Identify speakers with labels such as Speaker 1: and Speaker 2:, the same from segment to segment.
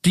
Speaker 1: Do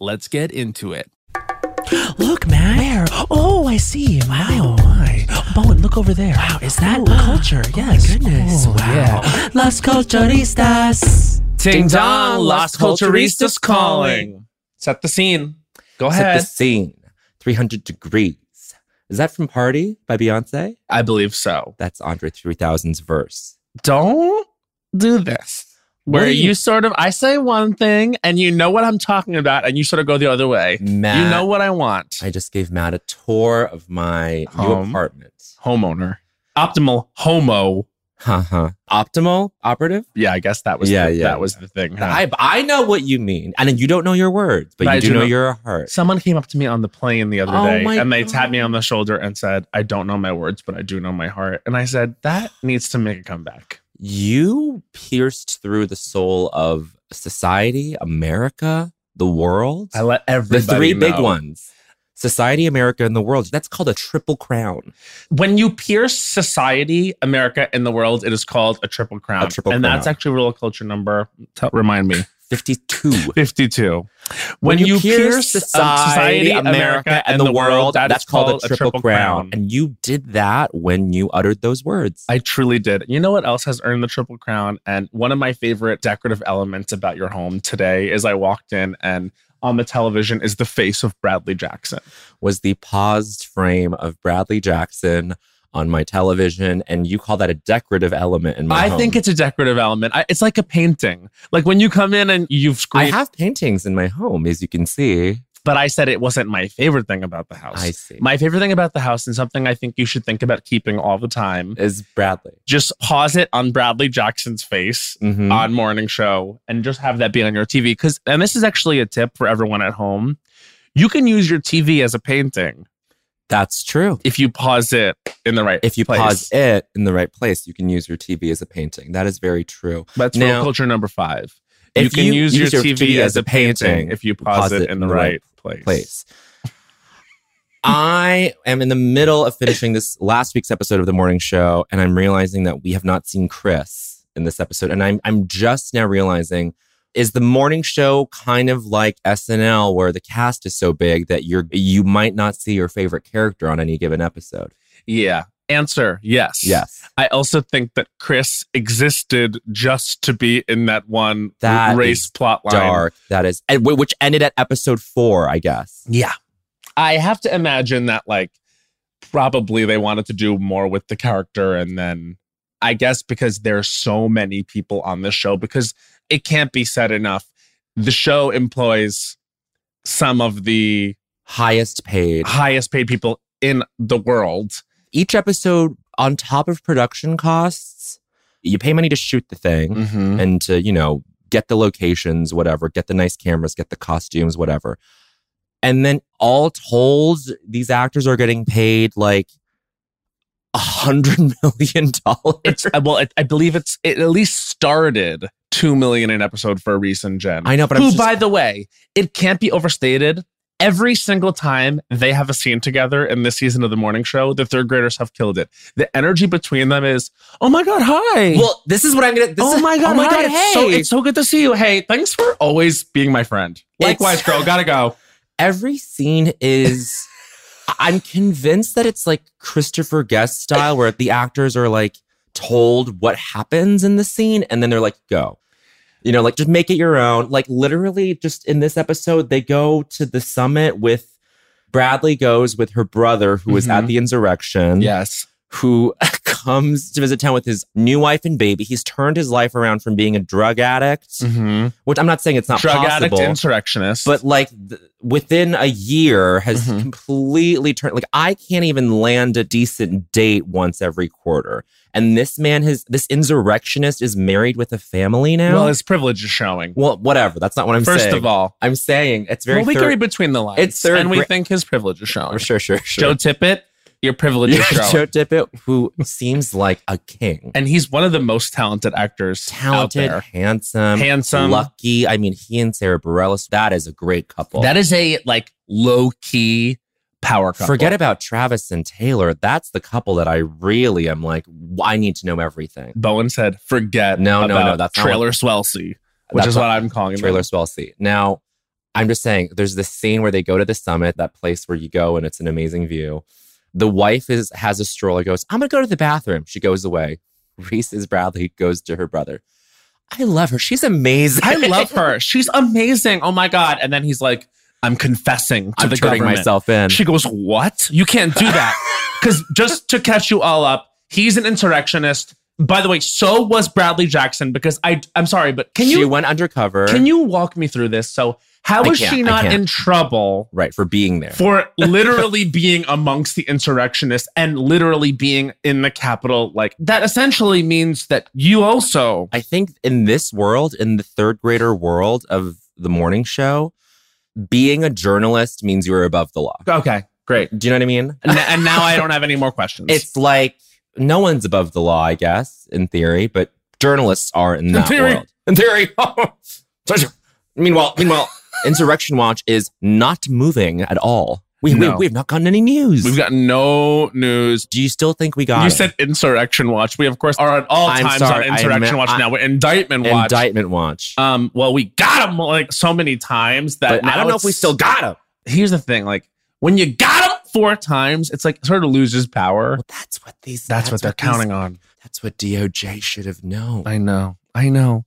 Speaker 1: Let's get into it.
Speaker 2: Look, man. Where? Oh, I see. My, oh my. Bowen, look over there. Wow, is that culture? yes. goodness. wow. Las Culturistas.
Speaker 1: Ding dong, Las Culturistas calling. Set the scene. Go
Speaker 3: Set
Speaker 1: ahead.
Speaker 3: the scene. 300 degrees. Is that from Party by Beyonce?
Speaker 1: I believe so.
Speaker 3: That's Andre 3000's verse.
Speaker 1: Don't do this. Where
Speaker 3: What do
Speaker 1: you,
Speaker 3: you-
Speaker 1: sort of, I say one thing and you know what I'm talking about and you sort of go the other way.
Speaker 3: Matt,
Speaker 1: You know what I want.
Speaker 3: I just gave Matt a tour of my
Speaker 1: Home.
Speaker 3: new apartment.
Speaker 1: Homeowner. Optimal homo.
Speaker 3: Huh huh. Optimal operative.
Speaker 1: Yeah, I guess that was
Speaker 3: Yeah,
Speaker 1: the,
Speaker 3: yeah,
Speaker 1: that was the thing. huh?
Speaker 3: I I know what you mean, and then you don't know your words, but
Speaker 1: But I
Speaker 3: you do
Speaker 1: do
Speaker 3: know,
Speaker 1: know-
Speaker 3: your heart.
Speaker 1: Someone came up to me on the plane the other
Speaker 3: Oh
Speaker 1: day
Speaker 3: my
Speaker 1: and they
Speaker 3: God.
Speaker 1: tapped me on the shoulder and said, I don't know my words, but I do know my heart. And I said, That needs to make a comeback.
Speaker 3: You pierced through the soul of society, America, the world.
Speaker 1: I let
Speaker 3: the
Speaker 1: everybody
Speaker 3: three big
Speaker 1: know.
Speaker 3: ones: society, America, and the world. That's called a triple crown.
Speaker 1: When you pierce society, America, and the world, it is called a triple crown.
Speaker 3: A triple
Speaker 1: and
Speaker 3: crown.
Speaker 1: that's actually rural culture number, tell, remind me,
Speaker 3: 52.
Speaker 1: 52.
Speaker 3: When you pierce
Speaker 1: um,
Speaker 3: society, America, and the world,
Speaker 1: that
Speaker 3: that's
Speaker 1: is
Speaker 3: called a triple crown. And you did that when you uttered those words.
Speaker 1: I truly did. You know what else has earned the triple crown? And one of my favorite decorative elements about your home today is I walked in and on the television is the face of Bradley Jackson.
Speaker 3: was the paused frame of Bradley Jackson on my television, and you call that a decorative element in my
Speaker 1: I
Speaker 3: home.
Speaker 1: think it's a decorative element. I, it's like a painting. Like when you come in and you've
Speaker 3: I
Speaker 1: screamed,
Speaker 3: have paintings in my home, as you can see.
Speaker 1: but I said it wasn't my favorite thing about the house.
Speaker 3: I see.
Speaker 1: My favorite thing about the house and something I think you should think about keeping all the time.
Speaker 3: is Bradley.
Speaker 1: Just pause it on Bradley Jackson's face
Speaker 3: Mhm.
Speaker 1: on morning show and just have that be on your TV. Because, and this is actually a tip for everyone at home you can use your TV as a painting
Speaker 3: That's true.
Speaker 1: if you pause it in the right
Speaker 3: If you
Speaker 1: place.
Speaker 3: pause it in the right place, you can use your TV as a painting. That is very true.
Speaker 1: That's
Speaker 3: Now-
Speaker 1: real culture number five.
Speaker 3: If
Speaker 1: you can
Speaker 3: you
Speaker 1: use, your, TV, as a painting,
Speaker 3: painting,
Speaker 1: if you pause, it in the, right, place.
Speaker 3: Place. I am in the middle of finishing this last week's episode of the morning show, and I'm realizing that we have not seen Chris in this episode. And I'm I'm just now realizing is the morning show kind of like SNL where the cast is so big that you're you might not see your favorite character on any given episode.
Speaker 1: Yeah. Answer yes.
Speaker 3: Yes.
Speaker 1: I also think that Chris existed just to be in that one
Speaker 3: That
Speaker 1: race
Speaker 3: is
Speaker 1: plot line.
Speaker 3: Dark. That is and wh- which ended at episode four, I guess.
Speaker 1: Yeah. I have to imagine that, like, probably they wanted to do more with the character. And then I guess because there's so many people on this show, because it can't be said enough, the show employs some of the
Speaker 3: Highest paid.
Speaker 1: highest paid people in the world.
Speaker 3: each episode on top of production costs you pay money to shoot the thing
Speaker 1: Mm-hmm.
Speaker 3: and to you know get the locations whatever get the nice cameras get the costumes whatever and then all told these actors are getting paid like a hundred million dollars
Speaker 1: It's uh, well, it, I believe it's it at least started two million an episode for a recent gen.
Speaker 3: I know, but I'm
Speaker 1: who,
Speaker 3: just-
Speaker 1: by the way, it can't be overstated. Every single time they have a scene together in this season of the morning show, the third graders have killed it. The energy between them is, oh my god, hi.
Speaker 3: Well, this is what I'm gonna. This
Speaker 1: oh
Speaker 3: is,
Speaker 1: my god,
Speaker 3: oh my
Speaker 1: hi.
Speaker 3: god!
Speaker 1: It's,
Speaker 3: Hey,
Speaker 1: so, it's so good to see you. Hey, thanks for always being my friend.
Speaker 3: It's-
Speaker 1: Likewise, girl, gotta go.
Speaker 3: every scene is. I'm convinced that it's like Christopher Guest style, where the actors are like told what happens in the scene, and then they're like, "Go." You know, like just make it your own. Like literally, just in this episode, they go to the summit with. Bradley goes with her brother, who was
Speaker 1: Mm-hmm.
Speaker 3: at the insurrection.
Speaker 1: Yes.
Speaker 3: who comes to visit town with his new wife and baby. He's turned his life around from being a drug addict,
Speaker 1: Mm-hmm.
Speaker 3: which I'm not saying it's not
Speaker 1: Drug
Speaker 3: possible,
Speaker 1: addict, insurrectionist.
Speaker 3: but like th- within a year has
Speaker 1: Mhm.
Speaker 3: completely turned. Like I can't even land a decent date once every quarter, and this man has this insurrectionist is married with a family now.
Speaker 1: well, his privilege is showing.
Speaker 3: Well, whatever. That's not what I'm
Speaker 1: First
Speaker 3: saying.
Speaker 1: of all,
Speaker 3: I'm saying it's very
Speaker 1: well, we can
Speaker 3: third-
Speaker 1: read between the lines.
Speaker 3: It's third
Speaker 1: and we
Speaker 3: gra-
Speaker 1: think his privilege is showing.
Speaker 3: sure, sure,
Speaker 1: Joe
Speaker 3: sure.
Speaker 1: Tippett, your privilege is
Speaker 3: Yeah,
Speaker 1: showing.
Speaker 3: Joe Tippett, who seems like a king.
Speaker 1: and he's one of the most talented actors
Speaker 3: talented,
Speaker 1: out
Speaker 3: handsome,
Speaker 1: there. Handsome.
Speaker 3: lucky. I mean, he and Sarah Bareilles, that is a great couple.
Speaker 1: That is a like low key power couple.
Speaker 3: Forget about Travis and Taylor. That's the couple that I really am like, w- I need to know everything.
Speaker 1: Bowen said, forget.
Speaker 3: No, no, no,
Speaker 1: about
Speaker 3: that's not
Speaker 1: trailer Swelsey, which
Speaker 3: That's
Speaker 1: is
Speaker 3: not-
Speaker 1: what I'm calling
Speaker 3: Trailer
Speaker 1: them.
Speaker 3: Swelsey. Now, I'm just saying, there's this scene where they go to the summit, that place where you go and it's an amazing view. The wife is has a stroller, goes, I'm gonna go to the bathroom. She goes away. Reese's Bradley goes to her brother. I love her. She's amazing.
Speaker 1: I love her. She's amazing. Oh my god! And then he's like, I'm confessing to
Speaker 3: I'm
Speaker 1: the
Speaker 3: turning
Speaker 1: government.
Speaker 3: myself in.
Speaker 1: She goes, What? You can't do that. Because just to catch you all up, he's an insurrectionist. By the way, so was Bradley Jackson. Because I, I'm sorry, but can
Speaker 3: she
Speaker 1: you
Speaker 3: went undercover.
Speaker 1: can you walk me through this? So how
Speaker 3: I
Speaker 1: is
Speaker 3: can't,
Speaker 1: she
Speaker 3: I
Speaker 1: not
Speaker 3: can't.
Speaker 1: in trouble
Speaker 3: right for being there.
Speaker 1: for literally being amongst the insurrectionists and literally being in the capital? Like that essentially means that you also
Speaker 3: I think in this world, in the third grader world of the morning show, being a journalist means you are above the law.
Speaker 1: okay, great.
Speaker 3: Do you know what I mean?
Speaker 1: And, and now I don't have any more questions.
Speaker 3: It's like no one's above the law, I guess, in theory, but journalists are in that
Speaker 1: theory.
Speaker 3: world. In theory. meanwhile, meanwhile, Insurrection Watch is not moving at all. We,
Speaker 1: No.
Speaker 3: we, we've not gotten any news.
Speaker 1: we've got no news.
Speaker 3: Do you still think we got
Speaker 1: You
Speaker 3: it?
Speaker 1: said Insurrection Watch. We of course are at all
Speaker 3: I'm
Speaker 1: times
Speaker 3: sorry,
Speaker 1: on
Speaker 3: I
Speaker 1: Insurrection
Speaker 3: meant-
Speaker 1: Watch
Speaker 3: I-
Speaker 1: now. We're indictment watch.
Speaker 3: indictment watch?
Speaker 1: um, well, we got him like so many times that
Speaker 3: but I
Speaker 1: now
Speaker 3: don't know if we
Speaker 1: it's-
Speaker 3: still got him.
Speaker 1: Here's the thing, like when you got him four times, it's like sort of loses power.
Speaker 3: Well, that's what these.
Speaker 1: That's, what they're
Speaker 3: these-
Speaker 1: counting on.
Speaker 3: That's what DOJ should have known.
Speaker 1: I know. I know.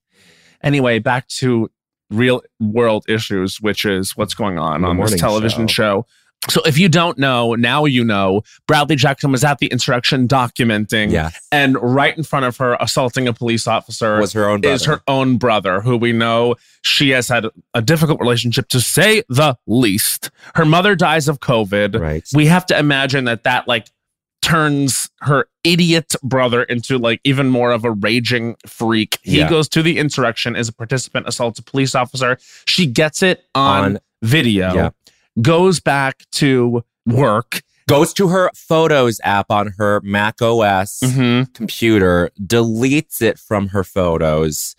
Speaker 1: Anyway, back to real world issues, which is what's going on
Speaker 3: The
Speaker 1: on this
Speaker 3: morning
Speaker 1: television show. So if you don't know, now you know. Bradley Jackson was at the insurrection documenting
Speaker 3: Yes.
Speaker 1: and right in front of her assaulting a police officer
Speaker 3: was her own brother.
Speaker 1: is her own brother, who we know she has had a difficult relationship to say the least. Her mother dies of COVID.
Speaker 3: right.
Speaker 1: We have to imagine that that like turns her idiot brother into like even more of a raging freak. He
Speaker 3: Yeah.
Speaker 1: goes to the insurrection, is a participant, assaults a police officer. She gets it on,
Speaker 3: on
Speaker 1: video,
Speaker 3: Yeah.
Speaker 1: goes back to work.
Speaker 3: goes to her photos app on her Mac OS
Speaker 1: Mhm.
Speaker 3: computer, deletes it from her photos.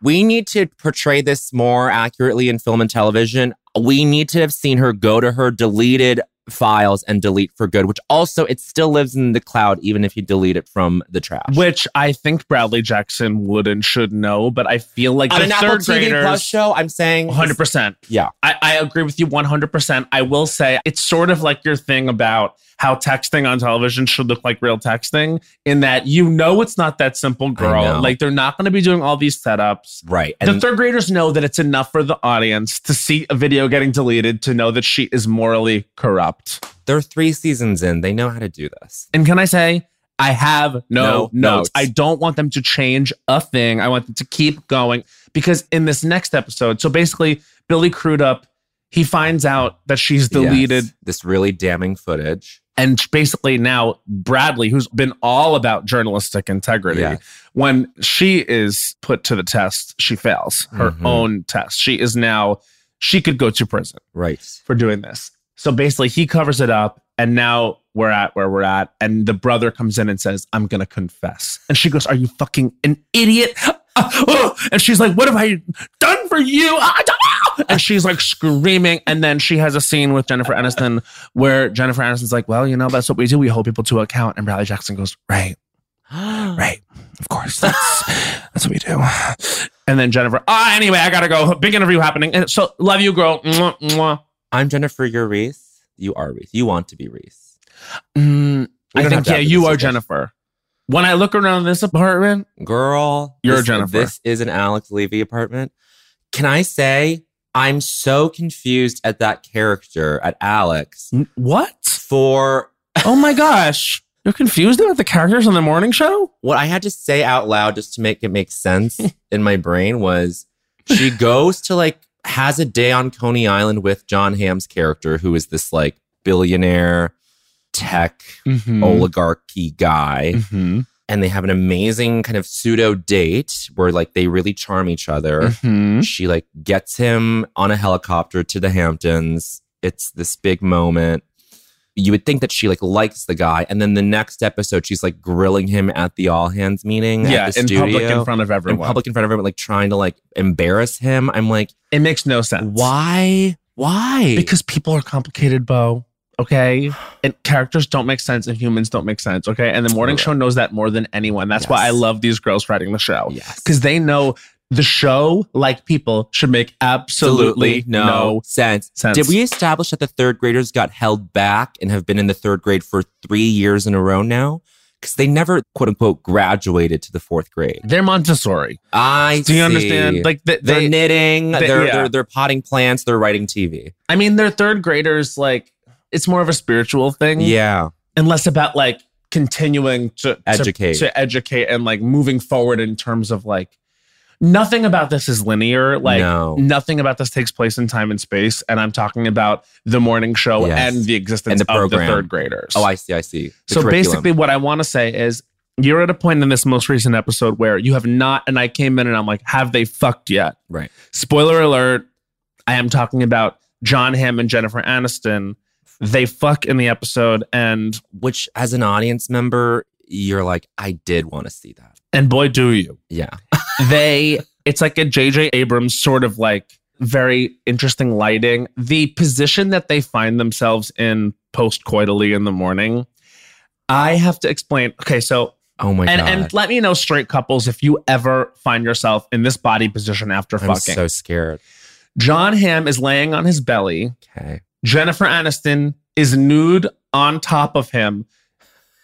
Speaker 3: We need to portray this more accurately in film and television. We need to have seen her go to her deleted files and delete for good, which also it still lives in the cloud even if you delete it from the trash.
Speaker 1: Which I think Bradley Jackson would and should know, but I feel like
Speaker 3: on
Speaker 1: the
Speaker 3: an Apple
Speaker 1: third
Speaker 3: TV
Speaker 1: graders
Speaker 3: Plus show, I'm saying
Speaker 1: 100%.
Speaker 3: Yeah.
Speaker 1: I, I agree with you 100%. I will say it's sort of like your thing about how texting on television should look like real texting, in that you know it's not that simple,
Speaker 3: know.
Speaker 1: girl. Like they're not going to be doing all these setups.
Speaker 3: right.
Speaker 1: the third graders know that it's enough for the audience to see a video getting deleted to know that she is morally corrupt.
Speaker 3: They're three seasons in. They know how to do this.
Speaker 1: And can I say, I have no,
Speaker 3: No
Speaker 1: notes.
Speaker 3: notes.
Speaker 1: I don't want them to change a thing. I want them to keep going because in this next episode, so basically, Billy Crudup, he finds out that she's deleted
Speaker 3: Yes, this really damning footage.
Speaker 1: and basically now Bradley, who's been all about journalistic integrity,
Speaker 3: Yeah.
Speaker 1: when she is put to the test, she fails her
Speaker 3: Mhm.
Speaker 1: own test. She is now, she could go to prison
Speaker 3: Right.
Speaker 1: for doing this. So basically, he covers it up, and now we're at where we're at. And the brother comes in and says, I'm going to confess. And she goes, Are you fucking an idiot? ah, oh," and she's like, "What have I done for you?" Ah, I don't know." And she's like screaming, and then she has a scene with Jennifer Aniston where Jennifer Aniston's like, "Well, you know, that's what we do. We hold people to account." And Riley Jackson goes, "Right, right, of course, that's that's what we do." And then Jennifer, ah, anyway, I gotta go. Big interview happening. And so, love you, girl. Mwah, mwah.
Speaker 3: I'm Jennifer. You're Reese. You are Reese. You want to be Reese.
Speaker 1: Mm,
Speaker 3: We
Speaker 1: I
Speaker 3: don't have
Speaker 1: think
Speaker 3: to
Speaker 1: yeah,
Speaker 3: have
Speaker 1: you
Speaker 3: this
Speaker 1: are
Speaker 3: discussion.
Speaker 1: Jennifer. When I look around this apartment,
Speaker 3: Girl,
Speaker 1: You're
Speaker 3: this,
Speaker 1: Jennifer.
Speaker 3: This is an Alex Levy apartment. Can I say I'm so confused at that character at Alex
Speaker 1: n- what?
Speaker 3: for
Speaker 1: Oh my gosh, you're confused about the characters on the morning show.
Speaker 3: what I had to say out loud just to make it make sense in my brain was she goes to like has a day on Coney Island with John Hamm's character, who is this like billionaire tech Mm-hmm.
Speaker 1: Mm-hmm.
Speaker 3: Oh, oligarchy guy.
Speaker 1: Mhm.
Speaker 3: And they have an amazing kind of pseudo date where like they really charm each other.
Speaker 1: Mhm.
Speaker 3: She like gets him on a helicopter to the Hamptons. It's this big moment. You would think that she like likes the guy, and then the next episode, she's like grilling him at the all hands meeting.
Speaker 1: Yeah,
Speaker 3: at the
Speaker 1: in
Speaker 3: studio,
Speaker 1: public, in front of
Speaker 3: in
Speaker 1: everyone.
Speaker 3: public in front of everyone, like trying to like embarrass him. I'm like,
Speaker 1: It makes no sense.
Speaker 3: why? Why?
Speaker 1: Because people are complicated, Bo. Okay, and characters don't make sense, and humans don't make sense. Okay, and the morning show knows that more than anyone. That's why I
Speaker 3: Yes.
Speaker 1: love these girls writing the show.
Speaker 3: Oh, yes,
Speaker 1: because they know the show, like people, should make absolutely no,
Speaker 3: sense.
Speaker 1: sense.
Speaker 3: Did we establish that the third graders got held back and have been in the third grade for three years in a row now? Because they never, quote unquote, graduated to the fourth grade.
Speaker 1: They're Montessori.
Speaker 3: I
Speaker 1: Do you
Speaker 3: see.
Speaker 1: understand? Like they,
Speaker 3: they're
Speaker 1: they,
Speaker 3: knitting,
Speaker 1: they-
Speaker 3: they, are
Speaker 1: yeah.
Speaker 3: they're they're potting plants, they're writing TV.
Speaker 1: I mean, they're third graders. Like it's more of a spiritual thing,
Speaker 3: Yeah,
Speaker 1: and less about like continuing to to-
Speaker 3: Educate.
Speaker 1: to, educate, and like moving forward in terms of like nothing about this is linear. Like.
Speaker 3: no,
Speaker 1: Nothing about this takes place in time and space, and I'm talking about the morning show
Speaker 3: Yes.
Speaker 1: and the existence
Speaker 3: And the
Speaker 1: of the
Speaker 3: program.
Speaker 1: third graders.
Speaker 3: oh, I see, I see. The
Speaker 1: so
Speaker 3: curriculum.
Speaker 1: basically, what I want to say is you're at a point in this most recent episode where you have not, and I came in and I'm like, have they fucked yet?
Speaker 3: Right.
Speaker 1: Spoiler alert, I am talking about John Hamm and Jennifer Aniston. They fuck in the episode, and
Speaker 3: which as an audience member, you're like, I did want to see that.
Speaker 1: and boy, do you.
Speaker 3: Yeah,
Speaker 1: They, it's like a J.J. Abrams sort of like very interesting lighting. The position that they find themselves in post coitally in the morning, I have to explain. Okay, so
Speaker 3: oh my
Speaker 1: and
Speaker 3: god,
Speaker 1: and let me know straight couples if you ever find yourself in this body position after
Speaker 3: I'm
Speaker 1: fucking.
Speaker 3: so scared.
Speaker 1: John Hamm is laying on his belly.
Speaker 3: Okay,
Speaker 1: Jennifer Aniston is nude on top of him.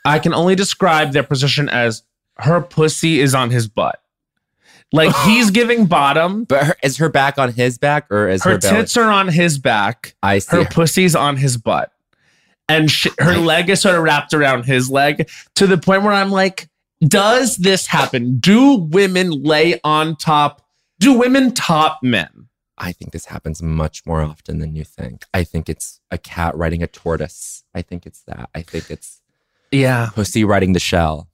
Speaker 1: I can only describe their position as her pussy is on his butt. Like he's giving bottom.
Speaker 3: but her, is her back on his back or is her,
Speaker 1: Her
Speaker 3: belly?
Speaker 1: tits are on his back.
Speaker 3: I see.
Speaker 1: Her pussy's on his butt. And sh- her leg is sort of wrapped around his leg to the point where I'm like, does this happen? Do women lay on top? Do women top men?
Speaker 3: I think this happens much more often than you think. I think it's a cat riding a tortoise. I think it's that. I think it's
Speaker 1: Yeah.
Speaker 3: pussy riding the shell.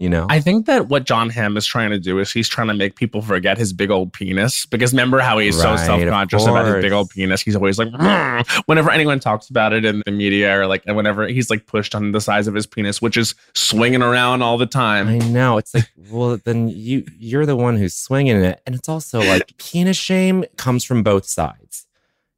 Speaker 3: You know,
Speaker 1: I think that what John Hamm is trying to do is he's trying to make people forget his big old penis because remember how he's
Speaker 3: Right,
Speaker 1: so
Speaker 3: of
Speaker 1: self conscious about his
Speaker 3: course.
Speaker 1: big old penis. He's always like, "Mm." whenever anyone talks about it in the media or like, and whenever he's like pushed on the size of his penis, which is swinging around all the time.
Speaker 3: I know. It's like, well, then you you're the one who's swinging it, and it's also like penis shame comes from both sides.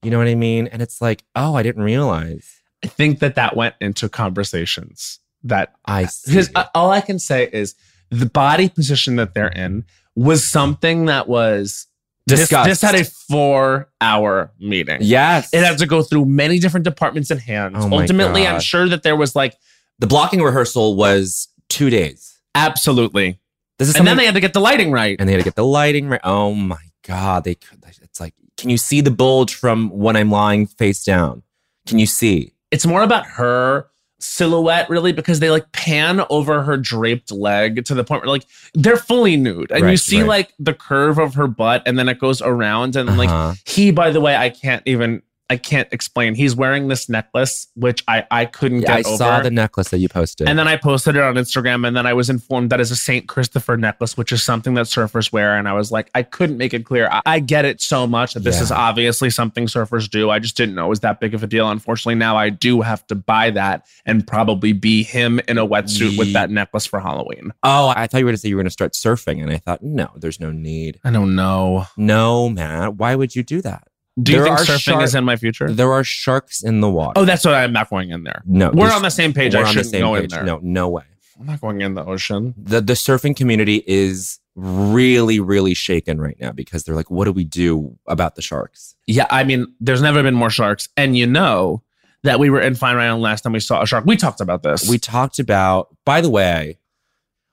Speaker 3: You know what I mean? And it's like, oh, I didn't realize.
Speaker 1: I think that that went into conversations that
Speaker 3: I see.
Speaker 1: because uh, all I can say is the body position that they're in was something that was this-
Speaker 3: Discussed.
Speaker 1: This, had a four hour meeting.
Speaker 3: yes,
Speaker 1: It had to go through many different departments and hands.
Speaker 3: Oh my
Speaker 1: Ultimately, I'm
Speaker 3: God.
Speaker 1: sure that there was like
Speaker 3: the blocking rehearsal was two days.
Speaker 1: absolutely.
Speaker 3: This is
Speaker 1: And
Speaker 3: something,
Speaker 1: then they had to get the lighting right.
Speaker 3: and they had to get the lighting right. Oh my god, they could. It's like, can you see the bulge from when I'm lying face down? Can you see?
Speaker 1: It's more about her silhouette, really, because they like pan over her draped leg to the point where like they're fully nude. And you
Speaker 3: Right,
Speaker 1: see
Speaker 3: right.
Speaker 1: like the curve of her butt, and then it goes around and like
Speaker 3: Uh-huh.
Speaker 1: He, by the way, I can't even. I can't explain. He's wearing this necklace, which I I couldn't
Speaker 3: Yeah, I
Speaker 1: get over.
Speaker 3: saw the necklace that you posted.
Speaker 1: and uh, then I posted it on Instagram, and then I was informed that is a Saint Christopher necklace, which is something that surfers wear. And I was like, I couldn't make it clear. I, I get it so much that this
Speaker 3: Yeah.
Speaker 1: is obviously something surfers do. I just didn't know it was that big of a deal. Unfortunately, now I do have to buy that and probably be him in a wetsuit with
Speaker 3: Ye-
Speaker 1: that necklace for Halloween.
Speaker 3: oh, I thought you were going to say you were going to start surfing, and I thought, no, there's no need.
Speaker 1: I don't know.
Speaker 3: No, Matt, why would you do that?
Speaker 1: Do you
Speaker 3: There
Speaker 1: think
Speaker 3: are
Speaker 1: surfing
Speaker 3: shark-
Speaker 1: is in my future?
Speaker 3: There are sharks in the water.
Speaker 1: Oh, that's what I'm not going in there.
Speaker 3: no.
Speaker 1: We're
Speaker 3: there's-
Speaker 1: on the same page.
Speaker 3: we're
Speaker 1: I
Speaker 3: on the
Speaker 1: shouldn't
Speaker 3: same
Speaker 1: go in
Speaker 3: page.
Speaker 1: there.
Speaker 3: No, no way.
Speaker 1: I'm not going in the ocean.
Speaker 3: the the surfing community is really really shaken right now because they're like what do we do about the sharks
Speaker 1: Yeah, I mean, there's never been more sharks. And you know that we were in Fine Island last time we saw a shark. We talked about this.
Speaker 3: we talked about by the way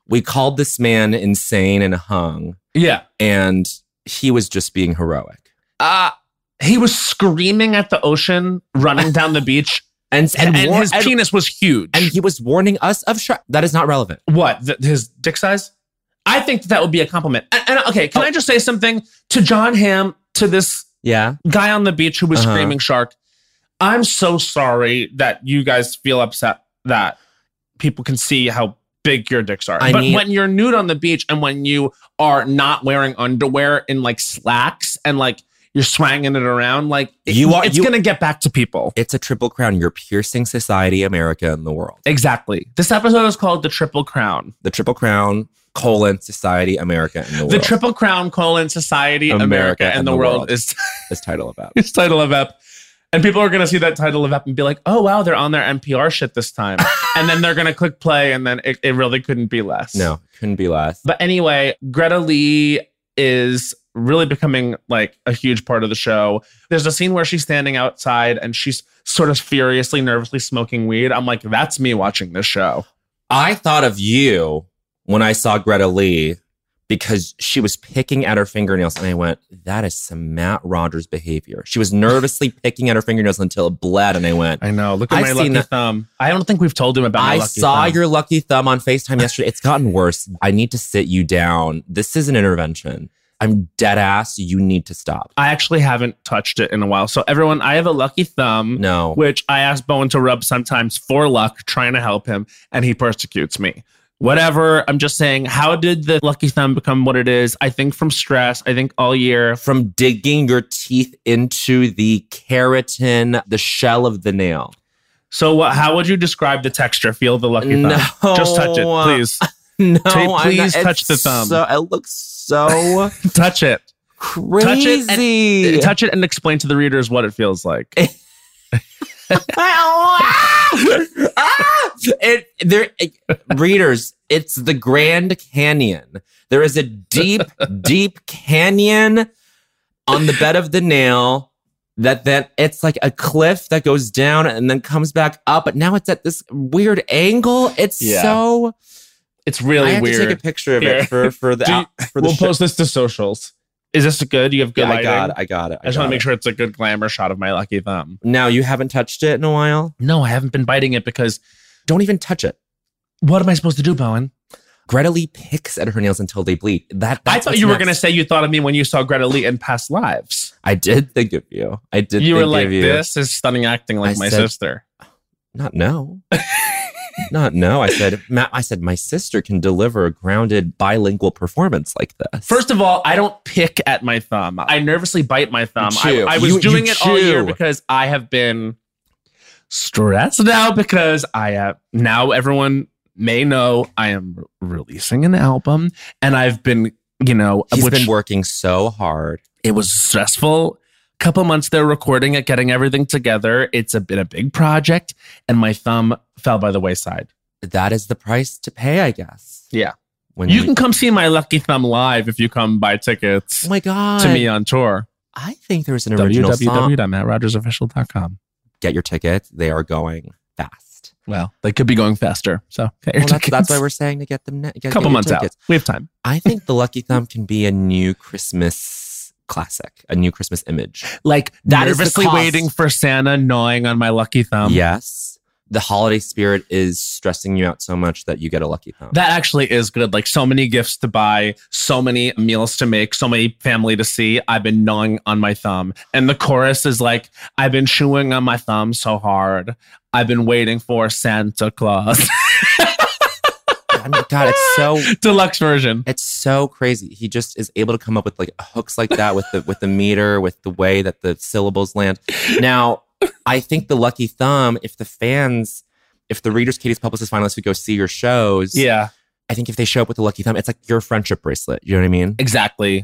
Speaker 3: we called this man insane and hung
Speaker 1: yeah.
Speaker 3: and he was just being heroic
Speaker 1: Uh, he was screaming at the ocean, running down the beach,
Speaker 3: and
Speaker 1: and,
Speaker 3: and, war-
Speaker 1: his
Speaker 3: and-
Speaker 1: penis was huge.
Speaker 3: and he was warning us of shark that is not relevant
Speaker 1: What? Th- his dick size? Oh. I think that, that would be a compliment. And, and, okay, can I just say something to John Hamm, to this
Speaker 3: yeah
Speaker 1: guy on the beach who was
Speaker 3: Uh-huh.
Speaker 1: screaming shark? I'm so sorry that you guys feel upset that people can see how big your dicks are.
Speaker 3: I
Speaker 1: but
Speaker 3: mean-
Speaker 1: when you're nude on the beach and when you are not wearing underwear in like slacks and like you're swanging it around, like it-
Speaker 3: You are-
Speaker 1: it's
Speaker 3: you-
Speaker 1: going to get back to people.
Speaker 3: it's a triple crown you're piercing society america and the world
Speaker 1: Exactly. This episode is called the Triple Crown.
Speaker 3: the triple crown colon society america and the world
Speaker 1: The Triple Crown colon Society America, and, the, world, is
Speaker 3: is title about
Speaker 1: his title of ep. And people are going to see that title of ep and be like, "Oh wow, they're on their NPR shit this time." and then they're going to click play, and then it, it really couldn't be less.
Speaker 3: no couldn't be less
Speaker 1: But anyway, Greta Lee is really becoming like a huge part of the show. There's a scene where she's standing outside and she's sort of furiously, nervously smoking weed. I'm like, that's me watching this show.
Speaker 3: I thought of you when I saw Greta Lee because she was picking at her fingernails, and I went, "That is some Matt Rogers behavior." She was nervously picking at her fingernails until it bled, and I went,
Speaker 1: I know. Look at
Speaker 3: I've
Speaker 1: my
Speaker 3: seen
Speaker 1: lucky
Speaker 3: that.
Speaker 1: thumb. I don't think we've told him about. My
Speaker 3: "I
Speaker 1: lucky
Speaker 3: saw
Speaker 1: thumb.
Speaker 3: your lucky thumb on Facetime yesterday. It's gotten worse. I need to sit you down. This is an intervention. I'm dead ass. You need to stop."
Speaker 1: I actually haven't touched it in a while. So everyone, I have a lucky thumb,
Speaker 3: No,
Speaker 1: which I ask Bowen to rub sometimes for luck, trying to help him, and he persecutes me. Whatever. I'm just saying, how did the lucky thumb become what it is? I think from stress. I think all year.
Speaker 3: from digging your teeth into the keratin, the shell of the nail.
Speaker 1: So what? How would you describe the texture? Feel the lucky thumb.
Speaker 3: No,
Speaker 1: Just touch it, please.
Speaker 3: No,
Speaker 1: Tay,
Speaker 3: I'm not-
Speaker 1: please
Speaker 3: it's
Speaker 1: touch the thumb.
Speaker 3: So, it looks so
Speaker 1: touch it. it
Speaker 3: crazy. uh,
Speaker 1: Touch it and explain to the readers what it feels like.
Speaker 3: Ah! It- there, it- readers, it's the Grand Canyon. There is a deep, deep canyon on the bed of the nail that then it's like a cliff that goes down and then comes back up, but now it's at this weird angle. It's
Speaker 1: Yeah.
Speaker 3: so
Speaker 1: It's
Speaker 3: I
Speaker 1: really
Speaker 3: have
Speaker 1: weird.
Speaker 3: to take a picture of
Speaker 1: Here.
Speaker 3: it for for the
Speaker 1: Do you-
Speaker 3: out- for the
Speaker 1: we'll
Speaker 3: show.
Speaker 1: post this to socials. Is this good? You have good
Speaker 3: Yeah, I
Speaker 1: lighting.
Speaker 3: got it. I got it.
Speaker 1: I just want
Speaker 3: got
Speaker 1: to
Speaker 3: it.
Speaker 1: make sure it's a good glamour shot of my lucky thumb.
Speaker 3: Now you haven't touched it in a while.
Speaker 1: No, I haven't been biting it because
Speaker 3: Don't even touch it.
Speaker 1: what am I supposed to do, Bowen?
Speaker 3: Greta Lee picks at her nails until they bleed. That that's
Speaker 1: I thought
Speaker 3: what's
Speaker 1: you were
Speaker 3: next.
Speaker 1: going to say you thought of me when you saw Greta Lee in Past Lives.
Speaker 3: I did think of you. I did.
Speaker 1: you were
Speaker 3: think
Speaker 1: like,
Speaker 3: of you.
Speaker 1: "This is stunning acting, like
Speaker 3: I
Speaker 1: my
Speaker 3: said-
Speaker 1: sister."
Speaker 3: Not no. Not no. I said, Matt. I said my sister can deliver a grounded bilingual performance like this.
Speaker 1: First of all, I don't pick at my thumb. I nervously bite my thumb. I,
Speaker 3: chew.
Speaker 1: I was
Speaker 3: You- you
Speaker 1: doing it all year
Speaker 3: chew.
Speaker 1: because I have been stressed out because I have now everyone may know I am re- releasing an album and I've been, you know,
Speaker 3: he's
Speaker 1: which
Speaker 3: been working so hard.
Speaker 1: it was stressful. Couple months there recording it, getting everything together. It's a, been a big project, and my thumb fell by the wayside.
Speaker 3: That is the price to pay, I guess.
Speaker 1: Yeah.
Speaker 3: When
Speaker 1: You can come see my lucky thumb live if you come buy tickets
Speaker 3: Oh my God.
Speaker 1: to me on tour.
Speaker 3: I think there's an original song.
Speaker 1: www.mattrogersofficial.com.
Speaker 3: Get your tickets. They are going fast.
Speaker 1: Well, they could be going faster, so get your
Speaker 3: Well, that's, that's
Speaker 1: tickets.
Speaker 3: why we're saying to get them. Ne- get-
Speaker 1: a
Speaker 3: get
Speaker 1: couple
Speaker 3: your
Speaker 1: months
Speaker 3: tickets.
Speaker 1: out. We have time.
Speaker 3: I think the Lucky Thumb can be a new Christmas classic, a new Christmas image.
Speaker 1: Like
Speaker 3: That is the
Speaker 1: nervously
Speaker 3: cost. Um,
Speaker 1: waiting for Santa, gnawing on my lucky thumb.
Speaker 3: yes. the holiday spirit is stressing you out so much that you get a lucky pound.
Speaker 4: That actually is good. Like so many gifts to buy, so many meals to make, so many family to see. I've been gnawing on my thumb. And the chorus is like, I've been chewing on my thumb so hard. I've been waiting for Santa Claus.
Speaker 3: I mean, God, it's so
Speaker 4: Deluxe version.
Speaker 3: It's so crazy. He just is able to come up with like hooks like that with the with the meter, with the way that the syllables land. Now, I think the lucky thumb, if the fans, if the readers, Katie's publicist finalists who go see your shows,
Speaker 4: Yeah.
Speaker 3: I think if they show up with the lucky thumb, it's like your friendship bracelet. You know what I mean?
Speaker 4: Exactly.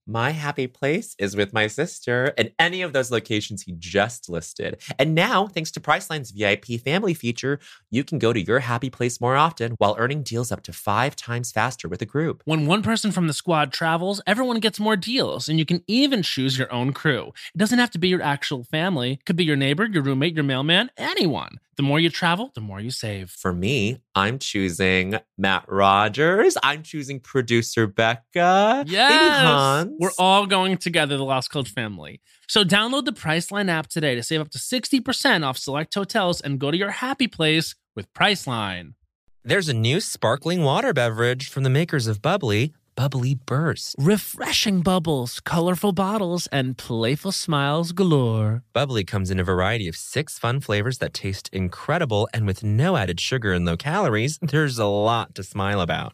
Speaker 3: My happy place is with my sister at any of those locations he just listed. And now, thanks to Priceline's VIP family feature, you can go to your happy place more often while earning deals up to five times faster with a group.
Speaker 1: When one person from the squad travels, everyone gets more deals, and you can even choose your own crew. It doesn't have to be your actual family, it could be your neighbor, your roommate, your mailman, anyone. The more you travel, the more you save.
Speaker 3: For me, I'm choosing Matt Rogers. I'm choosing producer Becca. Lady
Speaker 1: Yes.
Speaker 3: Hans.
Speaker 1: We're all going together, the Lost Coach family. So download the Priceline app today to save up to 60% off select hotels and go to your happy place with Priceline.
Speaker 5: There's a new sparkling water beverage from the makers of Bubbly, Bubbly Burst.
Speaker 1: Refreshing bubbles, colorful bottles, and playful smiles galore.
Speaker 5: Bubbly comes in a variety of six fun flavors that taste incredible, and with no added sugar and low calories, there's a lot to smile about.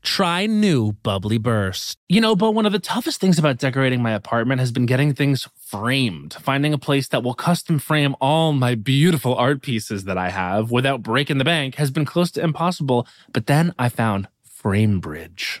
Speaker 1: try new Bubbly Burst. You know, but one of the toughest things about decorating my apartment has been getting things framed, finding a place that will custom frame all my beautiful art pieces that I have without breaking the bank has been close to impossible, but then I found Framebridge.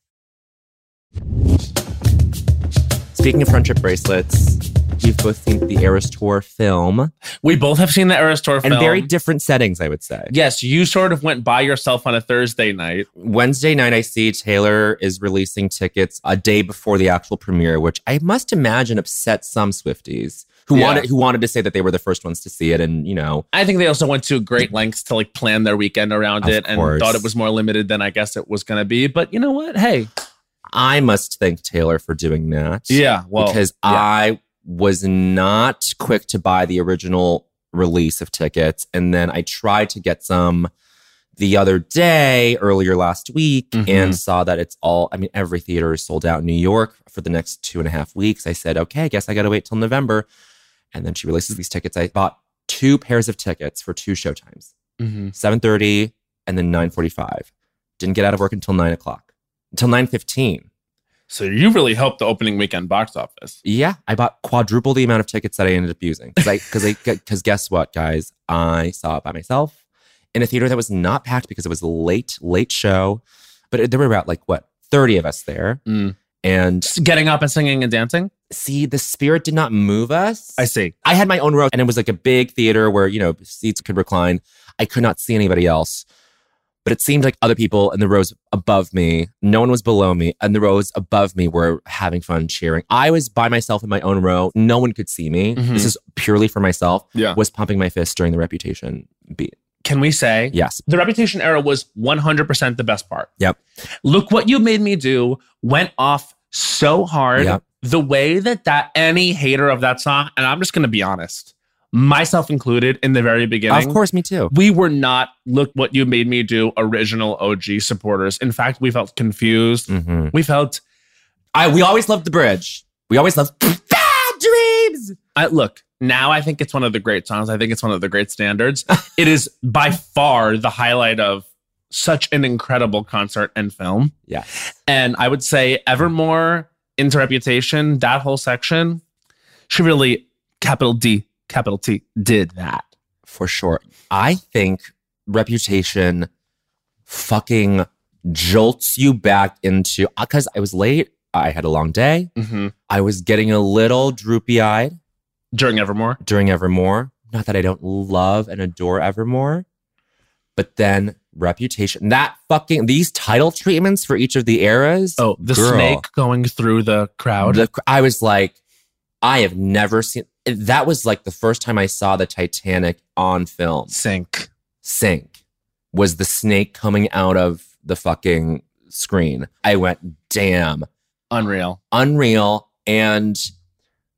Speaker 3: Speaking of friendship bracelets, we've both seen the Eras Tour film
Speaker 4: We both have seen the Aristor film.
Speaker 3: and very different settings, I would say.
Speaker 4: Yes, you sort of went by yourself on a Thursday night.
Speaker 3: Wednesday night, I see Taylor is releasing tickets a day before the actual premiere, which I must imagine upset some Swifties who
Speaker 4: Yeah.
Speaker 3: wanted who wanted to say that they were the first ones to see it, and you know,
Speaker 4: I think they also went to great lengths to like plan their weekend around
Speaker 3: Of
Speaker 4: it and
Speaker 3: course.
Speaker 4: thought it was more limited than I guess it was going to be. But you know what? Hey,
Speaker 3: I must thank Taylor for doing that.
Speaker 4: yeah, well,
Speaker 3: because
Speaker 4: yeah.
Speaker 3: I was not quick to buy the original release of tickets, and then I tried to get some the other day, earlier last week,
Speaker 4: Mhm.
Speaker 3: and saw that it's all. I mean, every theater is sold out in New York for the next two and a half weeks. I said, okay, I guess I got to wait till November, and then she releases these tickets. I bought two pairs of tickets for two showtimes,
Speaker 1: Mm-hmm.
Speaker 3: seven thirty and then nine forty-five. Didn't get out of work until nine o'clock, until nine fifteen.
Speaker 4: so you really helped the opening weekend box office.
Speaker 3: Yeah, I bought quadruple the amount of tickets that I ended up using because I because I because guess what, guys? I saw it by myself in a theater that was not packed because it was a late late show, but there were about like what thirty of us there,
Speaker 4: Mm.
Speaker 3: And
Speaker 1: Getting up and singing and dancing.
Speaker 3: see, the spirit did not move us.
Speaker 1: I see.
Speaker 3: I had my own row, and it was like a big theater where you know seats could recline. I could not see anybody else, but it seemed like other people in the rows above me, no one was below me, and the rows above me were having fun cheering. I was by myself in my own row; no one could see me.
Speaker 1: Mhm.
Speaker 3: This is purely for myself.
Speaker 1: Yeah.
Speaker 3: was pumping my fist during the Reputation beat.
Speaker 1: Can we say
Speaker 3: Yes,
Speaker 1: the Reputation era was 100% the best part.
Speaker 3: Yep.
Speaker 1: Look what you made me do went off so hard.
Speaker 3: Yep.
Speaker 1: The way that that any hater of that song, and I'm just going to be honest, myself included, in the very beginning.
Speaker 3: of course, me too.
Speaker 1: We were not look what you made me do original OG supporters. In fact, we felt confused.
Speaker 3: Mhm.
Speaker 1: We felt
Speaker 3: I we always loved the bridge. We always loved bad dreams.
Speaker 1: I look now. I think it's one of the great songs. I think it's one of the great standards. it is by far the highlight of such an incredible concert and film.
Speaker 3: Yeah.
Speaker 1: and I would say Evermore into Reputation. That whole section, she really capital D capital T did that.
Speaker 3: for sure. I think reputation fucking jolts you back into because I was late. I had a long day. I was getting a little droopy eyed
Speaker 1: During Evermore,
Speaker 3: during Evermore. Not that I don't love and adore Evermore, but then reputation. That fucking these title treatments for each of the eras.
Speaker 1: oh the
Speaker 3: Girl.
Speaker 1: snake going through the crowd.
Speaker 3: The, I was like, I have never seen. That was like the first time I saw the Titanic on film.
Speaker 1: Sink.
Speaker 3: sink was the snake coming out of the fucking screen. I went, damn,
Speaker 1: Unreal.
Speaker 3: unreal. And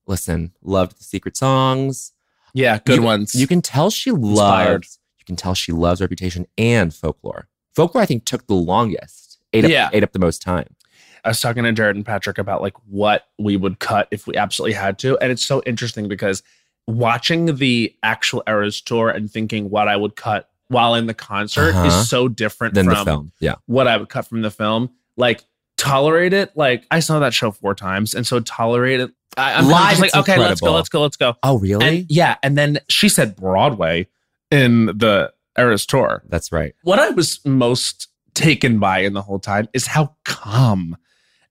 Speaker 3: listen, loved the secret songs.
Speaker 1: Yeah, good ones.
Speaker 3: You can tell she
Speaker 1: Inspired.
Speaker 3: loves. You can tell she loves reputation and folklore. Folklore, I think, took the longest. Ate up,
Speaker 1: Yeah.
Speaker 3: ate up the most time.
Speaker 1: I was talking to Jared and Patrick about like what we would cut if we absolutely had to. And it's so interesting because watching the actual Eras tour and thinking what I would cut while in the concert
Speaker 3: Uh-huh.
Speaker 1: is so different
Speaker 3: Than the
Speaker 1: from
Speaker 3: film, yeah.
Speaker 1: what I would cut from the film. Like tolerate it. Like I saw that show four times, and so tolerate it. I, I'm kinda
Speaker 3: Live,
Speaker 1: just like,
Speaker 3: it's
Speaker 1: okay, let's go,
Speaker 3: incredible.
Speaker 1: let's go, let's go.
Speaker 3: Oh, really?
Speaker 1: And yeah, and then she said Broadway in the Eras tour
Speaker 3: That's right.
Speaker 1: what I was most taken by in the whole time is how calm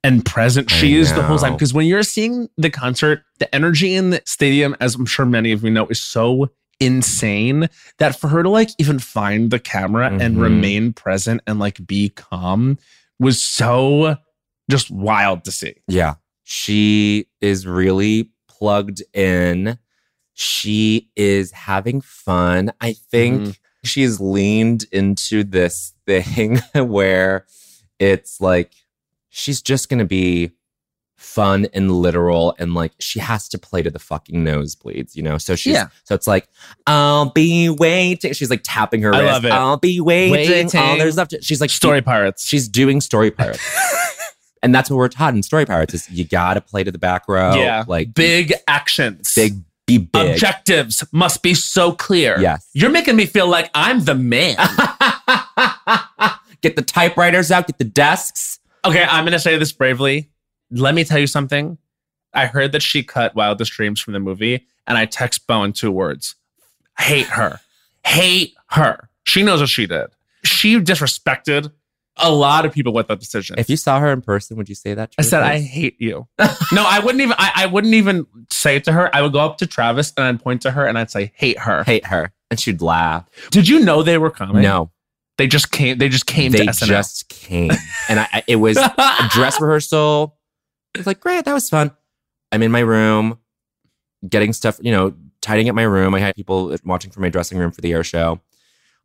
Speaker 1: and present
Speaker 3: I
Speaker 1: she is the whole
Speaker 3: know.
Speaker 1: time. Because when you're seeing the concert, the energy in the stadium, as I'm sure many of you know, is so insane that for her to like even find the camera and
Speaker 3: Mhm.
Speaker 1: remain present and like be calm was so just wild to see.
Speaker 3: Yeah. She is really plugged in. She is having fun. I think
Speaker 1: Mhm.
Speaker 3: she has leaned into this thing where it's like she's just going to be fun and literal and like she has to play to the fucking nosebleeds, you know? So she's,
Speaker 1: Yeah.
Speaker 3: so it's like, I'll be waiting. She's like tapping her
Speaker 1: I
Speaker 3: wrist.
Speaker 1: love it.
Speaker 3: I'll be waiting. All
Speaker 1: Waiting.
Speaker 3: there's left. She's like,
Speaker 1: Story Pirates.
Speaker 3: She's doing story pirates. and that's what we're taught in story pirates is you gotta play to the back row.
Speaker 1: yeah.
Speaker 3: Like
Speaker 1: big actions.
Speaker 3: big be big.
Speaker 1: objectives must be so clear.
Speaker 3: Yes.
Speaker 1: You're making me feel like I'm the man.
Speaker 3: get the typewriters out, get the desks.
Speaker 1: Okay, I'm gonna say this bravely. Let me tell you something. I heard that she cut Wildest Dreams from the movie, and I text Bowen two words: hate her, hate her. She knows what she did. She disrespected a lot of people with that decision.
Speaker 3: If you saw her in person, would you say that? to
Speaker 1: I
Speaker 3: her
Speaker 1: said, "I
Speaker 3: face?
Speaker 1: hate you." no, I wouldn't even. I, I wouldn't even say it to her. I would go up to Travis and I'd point to her and I'd say, "Hate her."
Speaker 3: hate her. And she'd laugh.
Speaker 1: Did you know they were coming?
Speaker 3: No.
Speaker 1: they just came. They just came
Speaker 3: They
Speaker 1: to SNL.
Speaker 3: just came. And I, I it was a dress rehearsal. It's like, great, that was fun. I'm in my room, getting stuff, you know, tidying up my room. I had people watching from my dressing room for the air show.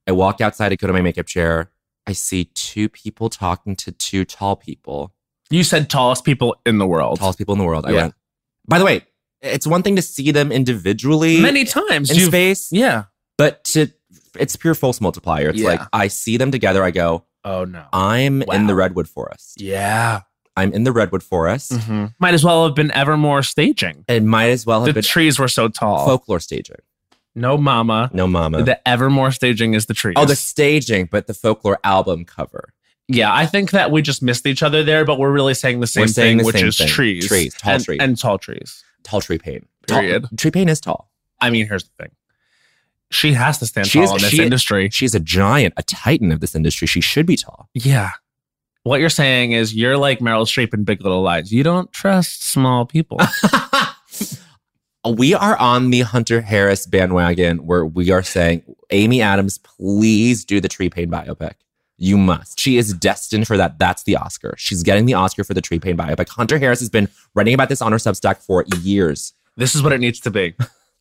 Speaker 3: I walk outside, I go to my makeup chair. I see two people talking to two tall people,
Speaker 1: you said tallest people in the world.
Speaker 3: tallest people in the world. I
Speaker 1: Yeah.
Speaker 3: went, by the way, it's one thing to see them individually
Speaker 1: Many times.
Speaker 3: in
Speaker 1: you've-
Speaker 3: space,
Speaker 1: yeah.
Speaker 3: but to it's pure false multiplier. It's
Speaker 1: Yeah.
Speaker 3: like I see them together, I go,
Speaker 1: Oh no.
Speaker 3: I'm
Speaker 1: Wow.
Speaker 3: in the redwood forest.
Speaker 1: Yeah.
Speaker 3: I'm in the redwood forest.
Speaker 1: Mm-hmm. Might as well have been Evermore staging.
Speaker 3: It might as well have
Speaker 1: The
Speaker 3: been
Speaker 1: trees were so tall.
Speaker 3: folklore staging.
Speaker 1: no mama.
Speaker 3: No mama.
Speaker 1: The Evermore staging is the trees.
Speaker 3: Oh, the staging, but the folklore album cover.
Speaker 1: yeah. I think that we just missed each other there, but we're really saying the same thing,
Speaker 3: saying the
Speaker 1: which
Speaker 3: same
Speaker 1: is
Speaker 3: thing.
Speaker 1: trees,
Speaker 3: Trees, tall
Speaker 1: and,
Speaker 3: trees.
Speaker 1: and tall trees.
Speaker 3: Tall tree pain.
Speaker 1: Period.
Speaker 3: Tall, tree pain is tall.
Speaker 1: I mean, here's the thing. She has to stand
Speaker 3: She is-
Speaker 1: tall in this
Speaker 3: she-
Speaker 1: industry.
Speaker 3: She's a giant, a titan of this industry. She should be tall.
Speaker 1: Yeah. what you're saying is you're like Meryl Streep in Big Little Lies. You don't trust small people.
Speaker 3: we are on the Hunter Harris bandwagon where we are saying, Amy Adams, please do the Tree Pain biopic. You must. She is destined for that. That's the Oscar. She's getting the Oscar for the Tree Pain biopic. Hunter Harris has been writing about this on her Substack for years.
Speaker 1: this is what it needs to be.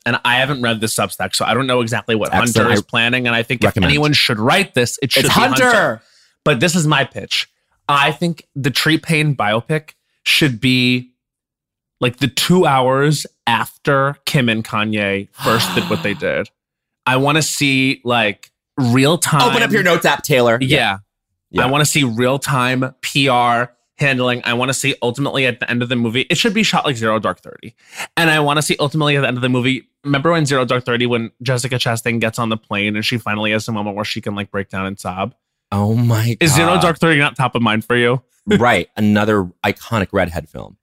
Speaker 1: And I haven't read the Substack, so I don't know exactly what
Speaker 3: Excellent.
Speaker 1: Hunter is
Speaker 3: I
Speaker 1: planning. And I think
Speaker 3: recommend.
Speaker 1: if anyone should write this, it should
Speaker 3: it's
Speaker 1: be
Speaker 3: Hunter.
Speaker 1: But this is my pitch. I think the Tree Pain biopic should be like the two hours after Kim and Kanye first did what they did. I want to see like real time.
Speaker 3: Open up your notes app, Taylor.
Speaker 1: Yeah.
Speaker 3: Yeah.
Speaker 1: I want to see real time PR handling. I want to see ultimately at the end of the movie, it should be shot like Zero Dark 30. And I want to see ultimately at the end of the movie. Remember when Zero Dark 30, when Jessica Chastain gets on the plane and she finally has a moment where she can like break down and sob?
Speaker 3: Oh my God.
Speaker 1: Is Zero Dark 30 not top of mind for you?
Speaker 3: right. Another iconic redhead film.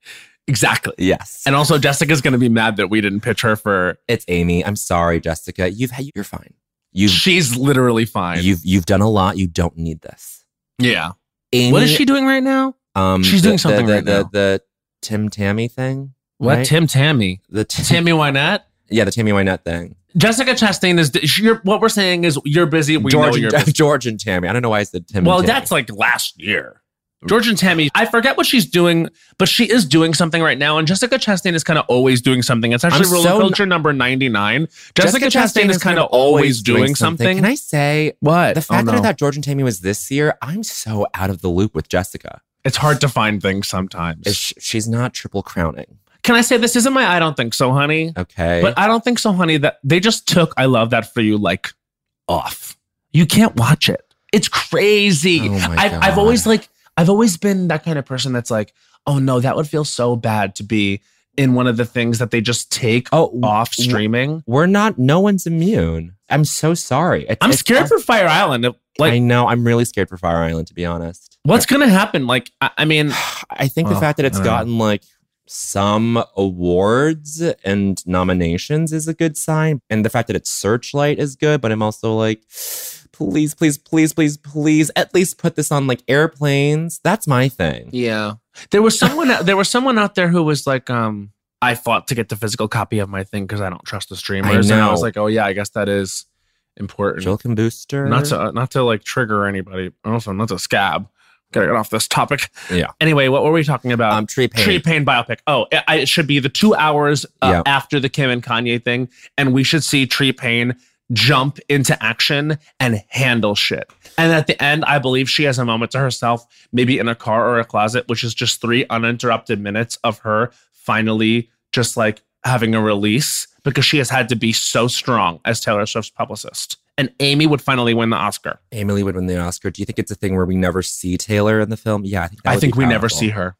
Speaker 1: Exactly.
Speaker 3: Yes.
Speaker 1: And also, Jessica's going to be mad that we didn't pitch her for.
Speaker 3: it's Amy. I'm sorry, Jessica. You've had, you're fine. You've,
Speaker 1: She's literally fine.
Speaker 3: you've, you've done a lot. You don't need this.
Speaker 1: yeah.
Speaker 3: Amy,
Speaker 1: What is she doing right now?
Speaker 3: Um,
Speaker 1: She's
Speaker 3: the-
Speaker 1: doing something
Speaker 3: the, the,
Speaker 1: right
Speaker 3: the,
Speaker 1: now.
Speaker 3: the Tim Tammy thing.
Speaker 1: What?
Speaker 3: right?
Speaker 1: Tim Tammy.
Speaker 3: The Tim,
Speaker 1: Tammy Wynette?
Speaker 3: yeah, the Tammy Wynette thing.
Speaker 1: Jessica Chastain is. You're, what we're saying is you're busy. We
Speaker 3: George,
Speaker 1: know you're busy.
Speaker 3: and, George and Tammy. I don't know why I said Tim.
Speaker 1: Well,
Speaker 3: and Tammy.
Speaker 1: that's like last year. George and Tammy, I forget what she's doing, but she is doing something right now. And Jessica Chastain is kind of always doing something. It's actually
Speaker 3: I'm
Speaker 1: roller
Speaker 3: so-
Speaker 1: culture number 99. Jessica, Chastain, is kind of always doing something.
Speaker 3: Can I say
Speaker 1: what?
Speaker 3: the fact
Speaker 1: Oh,
Speaker 3: that I
Speaker 1: no.
Speaker 3: thought George and Tammy was this year? I'm so out of the loop with Jessica.
Speaker 1: it's hard to find things sometimes.
Speaker 3: Is sh- she's not triple crowning.
Speaker 1: Can I say this isn't my I don't think so, honey?
Speaker 3: Okay,
Speaker 1: But I don't think so, honey, that they just took I love that for you like off. You can't watch it. It's crazy.
Speaker 3: Oh my
Speaker 1: I've, I've always
Speaker 3: God.
Speaker 1: like I've always been that kind of person that's like, oh no, that would feel so bad to be in one of the things that they just take
Speaker 3: oh,
Speaker 1: off streaming.
Speaker 3: we're not. No one's immune. I'm so sorry. It's-
Speaker 1: I'm
Speaker 3: it's-
Speaker 1: scared for Fire Island.
Speaker 3: I
Speaker 1: Like,
Speaker 3: know. I'm really scared for Fire Island. To be honest,
Speaker 1: what's gonna happen? Like, I, I mean,
Speaker 3: I think the
Speaker 1: Well,
Speaker 3: fact that it's
Speaker 1: I don't know.
Speaker 3: gotten like some awards and nominations is a good sign. And the fact that it's searchlight is good, but I'm also like, please, please, please, please, please, at least put this on like airplanes. That's my thing.
Speaker 1: yeah, there was someone out- there was someone out there who was like, um, I fought to get the physical copy of my thing because I don't trust the streamers, and I was
Speaker 3: know.
Speaker 1: like, oh yeah, I guess that is important.
Speaker 3: Joel Kim Booster.
Speaker 1: not to uh, not to like trigger anybody. Also, not to scab. Gotta get off this topic.
Speaker 3: Yeah.
Speaker 1: Anyway, what were we talking about?
Speaker 3: um, tree paint.
Speaker 1: Tree Pain biopic. Oh, it, it should be the two hours uh, after the Kim and Kanye thing, and we should see Tree Pain jump into action and handle shit. And at the end, I believe she has a moment to herself, maybe in a car or a closet, which is just three uninterrupted minutes of her finally just like having a release because she has had to be so strong as Taylor Swift's publicist. And Amy would finally win the Oscar.
Speaker 3: Emily would win the Oscar. Do you think it's a thing where we never see Taylor in the film? Yeah, I think. That
Speaker 1: I
Speaker 3: would
Speaker 1: think
Speaker 3: be
Speaker 1: we never
Speaker 3: powerful.
Speaker 1: see her.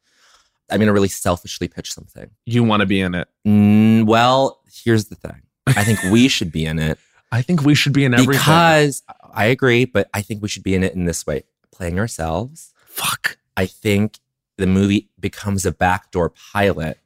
Speaker 3: I'm gonna really selfishly pitch something.
Speaker 1: You want to be in it.
Speaker 3: Mm, well, here's the thing. I think we should be in it.
Speaker 1: I think we should be in everything.
Speaker 3: Because I agree, but I think we should be in it in this way playing ourselves.
Speaker 1: fuck.
Speaker 3: I think the movie becomes a backdoor pilot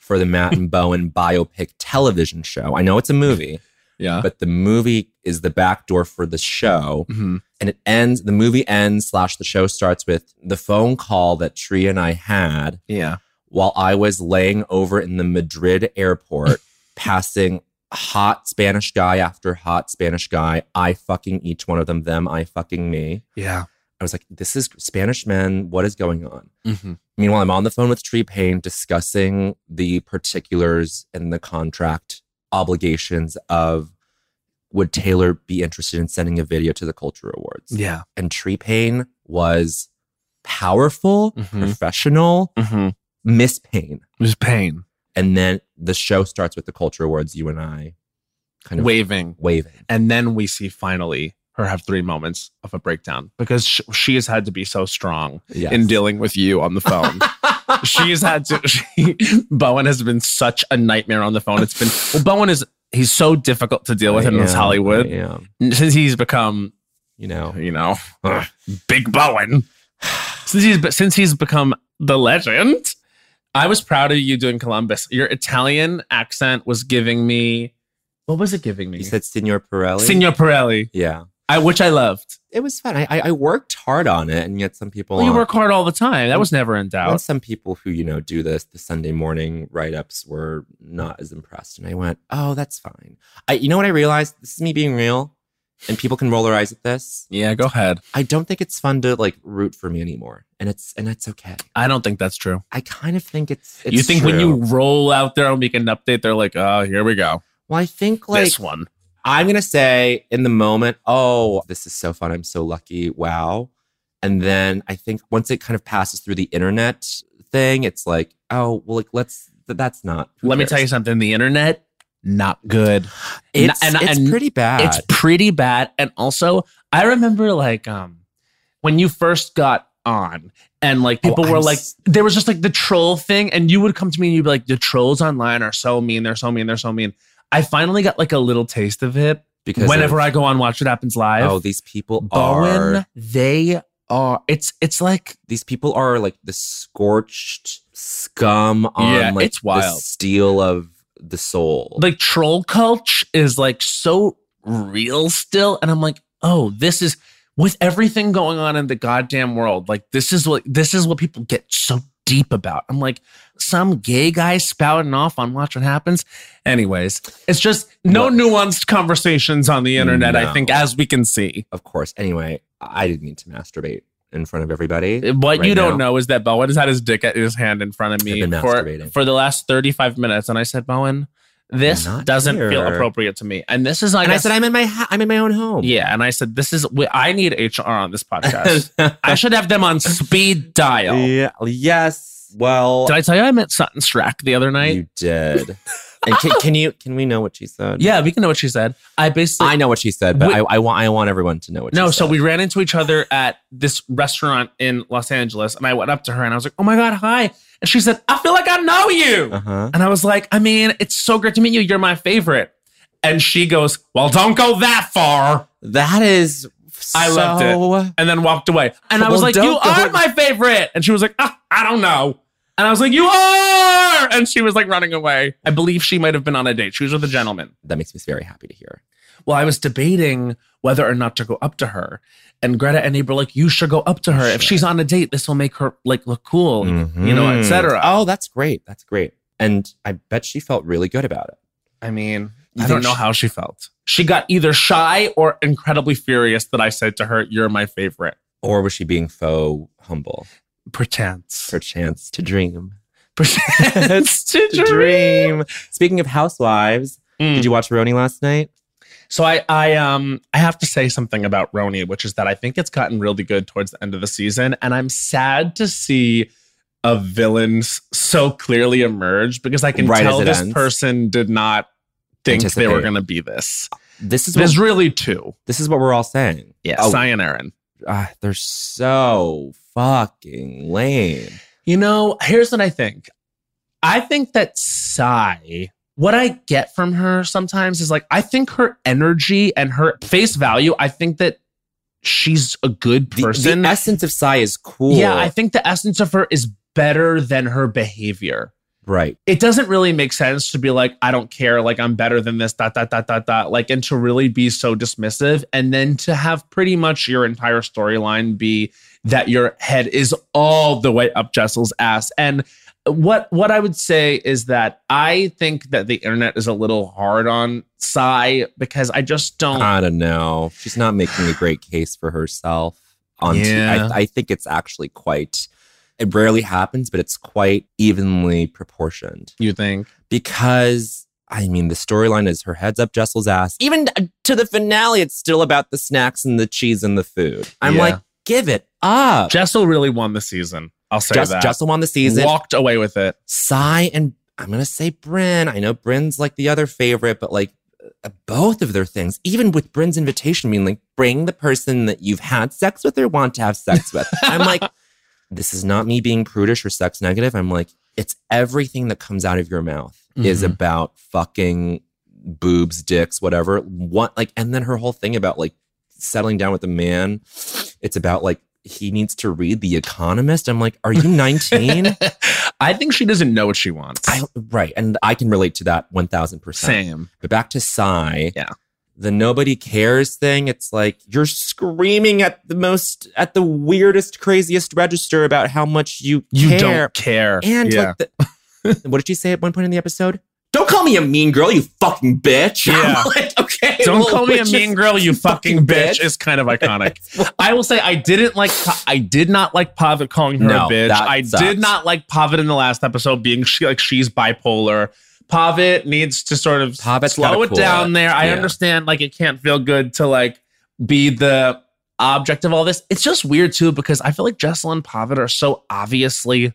Speaker 3: for the Matt and Bowen biopic television show. I know it's a movie,
Speaker 1: Yeah.
Speaker 3: but the movie is the backdoor for the show.
Speaker 1: Mhm.
Speaker 3: And it ends, the movie ends, slash, the show starts with the phone call that Tree and I had
Speaker 1: Yeah.
Speaker 3: while I was laying over in the Madrid airport, passing hot Spanish guy after hot Spanish guy. I fucking each one of them, them, I fucking me.
Speaker 1: Yeah.
Speaker 3: I was like, this is Spanish men. What is going on? Meanwhile, I'm on the phone with Tree Payne discussing the particulars and the contract obligations of would Taylor be interested in sending a video to the Culture Awards?
Speaker 1: Yeah.
Speaker 3: And Tree Payne was powerful,
Speaker 1: Mhm.
Speaker 3: professional,
Speaker 1: Mm-hmm.
Speaker 3: Miss Payne.
Speaker 1: Just pain.
Speaker 3: And then the show starts with the Culture Awards, you and I kind of
Speaker 1: Waving.
Speaker 3: waving.
Speaker 1: And then we see finally her have three moments of a breakdown because sh- she has had to be so strong
Speaker 3: Yes.
Speaker 1: in dealing with you on the phone. she has had to, she, Bowen has been such a nightmare on the phone. It's been, well, Bowen is, he's so difficult to deal with in this
Speaker 3: Yeah,
Speaker 1: Hollywood
Speaker 3: Yeah.
Speaker 1: since he's become,
Speaker 3: You know.
Speaker 1: you know, Big Bowen. Since he's, but since he's become the legend, I was proud of you doing Columbus. Your Italian accent was giving me, what was it giving me?
Speaker 3: You said Signor Pirelli?
Speaker 1: Signor Pirelli,
Speaker 3: Yeah.
Speaker 1: I, which I loved.
Speaker 3: it was fun. I, I I worked hard on it, and yet some people
Speaker 1: Well, you
Speaker 3: aren't.
Speaker 1: work hard all the time. That was never in
Speaker 3: And
Speaker 1: doubt.
Speaker 3: some people who you know do this the Sunday morning write ups were not as impressed, and I went, "Oh, that's fine." I, you know what I realized? This is me being real, and people can roll their eyes at this.
Speaker 1: Yeah, go ahead.
Speaker 3: I don't think it's fun to like root for me anymore, and it's and that's okay.
Speaker 1: I don't think that's true.
Speaker 3: I kind of think it's. it's
Speaker 1: you think when
Speaker 3: true.
Speaker 1: you roll out there and make an update, they're like, oh, here we go.
Speaker 3: Well, I think like
Speaker 1: this one.
Speaker 3: I'm gonna say in the moment, oh, this is so fun. I'm so lucky. Wow. And then I think once it kind of passes through the internet thing, it's like, oh, well, like let's. th- That's not. who
Speaker 1: Let me
Speaker 3: cares?
Speaker 1: tell you something. The internet, not good.
Speaker 3: It's,
Speaker 1: And-
Speaker 3: it's
Speaker 1: and-
Speaker 3: pretty bad.
Speaker 1: It's pretty bad. And also, I remember like um when you first got on and like
Speaker 3: Oh,
Speaker 1: people were
Speaker 3: I'm
Speaker 1: like
Speaker 3: s-
Speaker 1: there was just like the troll thing and you would come to me and you'd be like the trolls online are so mean, they're so mean, they're so mean. I finally got like a little taste of it
Speaker 3: because
Speaker 1: whenever
Speaker 3: of-
Speaker 1: I go on Watch What Happens Live.
Speaker 3: oh these people
Speaker 1: Bowen,
Speaker 3: are
Speaker 1: they are it's it's like
Speaker 3: these people are like the scorched scum on
Speaker 1: Yeah,
Speaker 3: like
Speaker 1: it's wild.
Speaker 3: the steel of the soul.
Speaker 1: like troll culture is like so real still and i'm like oh this is with everything going on in the goddamn world like this is what this is what people get so deep about i'm like some gay guy spouting off on watch what happens anyways it's just no
Speaker 3: What?
Speaker 1: nuanced conversations on the internet i
Speaker 3: No.
Speaker 1: think as we can see
Speaker 3: of course. Anyway, I didn't mean to masturbate in front of everybody.
Speaker 1: what
Speaker 3: Right
Speaker 1: you don't
Speaker 3: now.
Speaker 1: know is that bowen has had his dick at his hand in front of me
Speaker 3: been
Speaker 1: for,
Speaker 3: masturbating.
Speaker 1: for the last 35 minutes and i said bowen this
Speaker 3: Not
Speaker 1: doesn't feel
Speaker 3: here.
Speaker 1: appropriate to me and this is like
Speaker 3: and I said, I'm in my ha- I'm in my own home.
Speaker 1: Yeah, and I said, "This is we- I need HR on this podcast. I should have them on speed dial."
Speaker 3: yeah. Yes. Well,
Speaker 1: Did I tell you I met Sutton Strack the other night?
Speaker 3: you did. and can, can you can we know what she said?
Speaker 1: yeah, we can know what she said. I basically
Speaker 3: I know what she said, but
Speaker 1: We-
Speaker 3: I, I want I want everyone to know what.
Speaker 1: no.
Speaker 3: she
Speaker 1: So
Speaker 3: said.
Speaker 1: we ran into each other at this restaurant in Los Angeles, and I went up to her and I was like, "Oh my god, hi!" And she said, "I feel like I know you."
Speaker 3: Uh huh.
Speaker 1: And I was like, "I mean, it's so great to meet you. You're my favorite." And she goes, "Well, don't go that far,"
Speaker 3: That is.
Speaker 1: I
Speaker 3: so,
Speaker 1: loved it. and then walked away. And I was
Speaker 3: Well,
Speaker 1: like,
Speaker 3: don't
Speaker 1: "You
Speaker 3: go-
Speaker 1: are my favorite," and she was like, ah, "I don't know." And I was like, "You are!" And she was like running away. I believe she might have been on a date. She was with a gentleman.
Speaker 3: That makes me very happy to hear.
Speaker 1: Well, I was debating whether or not to go up to her. And Greta and Abe were like, "You should go up to her. If she's on a date, this will make her like look cool, Mm-hmm. you know,
Speaker 3: Mhm.
Speaker 1: etc."
Speaker 3: Oh, that's great. That's great. And I bet she felt really good about it.
Speaker 1: I mean,
Speaker 3: You
Speaker 1: I
Speaker 3: think
Speaker 1: don't know
Speaker 3: she-
Speaker 1: how she felt. She got either shy or incredibly furious that I said to her, "You're my favorite."
Speaker 3: Or was she being faux humble?
Speaker 1: Perchance.
Speaker 3: Her chance to dream.
Speaker 1: Perchance to
Speaker 3: To dream. Speaking of housewives,
Speaker 1: Mm.
Speaker 3: did you watch Roni last night?
Speaker 1: So I I um I have to say something about Roni, which is that I think it's gotten really good towards the end of the season, and I'm sad to see a villain s- so clearly emerge because I can
Speaker 3: Right
Speaker 1: tell
Speaker 3: as it
Speaker 1: this
Speaker 3: ends.
Speaker 1: person did not think they were
Speaker 3: Anticipate.
Speaker 1: going to be this.
Speaker 3: This is
Speaker 1: There's
Speaker 3: what,
Speaker 1: really two.
Speaker 3: this is what we're all saying.
Speaker 1: Yeah,
Speaker 3: Oh,
Speaker 1: Cyan Aaron.
Speaker 3: ah, they're so fucking lame.
Speaker 1: You know, here's what I think. I think that Sai, what I get from her sometimes is like, I think her energy and her face value, I think that she's a good
Speaker 3: The,
Speaker 1: person.
Speaker 3: the essence of Psy is cool.
Speaker 1: Yeah, I think the essence of her is better than her behavior.
Speaker 3: right.
Speaker 1: It doesn't really make sense to be like, I don't care, like I'm better than this, dot, dot, dot, dot, dot. Like, and to really be so dismissive. And then to have pretty much your entire storyline be that your head is all the way up Jessel's ass. And what what I would say is that I think that the internet is a little hard on Psy because I just don't
Speaker 3: I don't know. She's not making a great case for herself. On t-
Speaker 1: Yeah.
Speaker 3: I, I think it's actually quite. It rarely happens, but it's quite evenly proportioned
Speaker 1: you think.
Speaker 3: because I mean the storyline is her head's up Jessel's ass. Even uh, to the finale, it's still about the snacks and the cheese and the food. I'm
Speaker 1: Yeah.
Speaker 3: like, give it up.
Speaker 1: Jessel really won the season. I'll say
Speaker 3: Jess-
Speaker 1: that.
Speaker 3: Jessel won the season.
Speaker 1: walked away with it.
Speaker 3: Sai and I'm gonna say Bryn. I know Bryn's like the other favorite, but like uh, both of their things, even with Bryn's invitation, being like bring the person that you've had sex with or want to have sex with. I'm like, this is not me being prudish or sex negative. I'm like, it's everything that comes out of your mouth is
Speaker 1: Mhm.
Speaker 3: about fucking boobs, dicks, whatever. What like, and then her whole thing about like settling down with a man. It's about like he needs to read The Economist. I'm like, are you 19?
Speaker 1: I think she doesn't know what she wants.
Speaker 3: I, right. And I can relate to that 1000%.
Speaker 1: Same.
Speaker 3: But back to Psy.
Speaker 1: Yeah.
Speaker 3: the nobody cares thing. It's like you're screaming at the most, at the weirdest, craziest register about how much you
Speaker 1: You
Speaker 3: care.
Speaker 1: don't care.
Speaker 3: And
Speaker 1: yeah.
Speaker 3: like the, what did she say at one point in the episode? Don't call me a mean girl, you fucking bitch.
Speaker 1: Yeah.
Speaker 3: Like, okay.
Speaker 1: Don't
Speaker 3: well,
Speaker 1: call me a
Speaker 3: which
Speaker 1: mean
Speaker 3: is-
Speaker 1: girl, you fucking
Speaker 3: fucking
Speaker 1: bitch.
Speaker 3: bitch.
Speaker 1: Is kind of iconic. I will say I didn't like Pa- I did not like Pavit calling her
Speaker 3: No,
Speaker 1: a bitch.
Speaker 3: that
Speaker 1: I
Speaker 3: sucks.
Speaker 1: did not like Pavit in the last episode being she like she's bipolar. Pavit needs to sort of
Speaker 3: Pavit's
Speaker 1: slow
Speaker 3: gotta
Speaker 1: it
Speaker 3: cool
Speaker 1: down
Speaker 3: it.
Speaker 1: there. I
Speaker 3: Yeah.
Speaker 1: understand like it can't feel good to like be the object of all this. It's just weird too because I feel like Jessel and Pavit are so obviously good.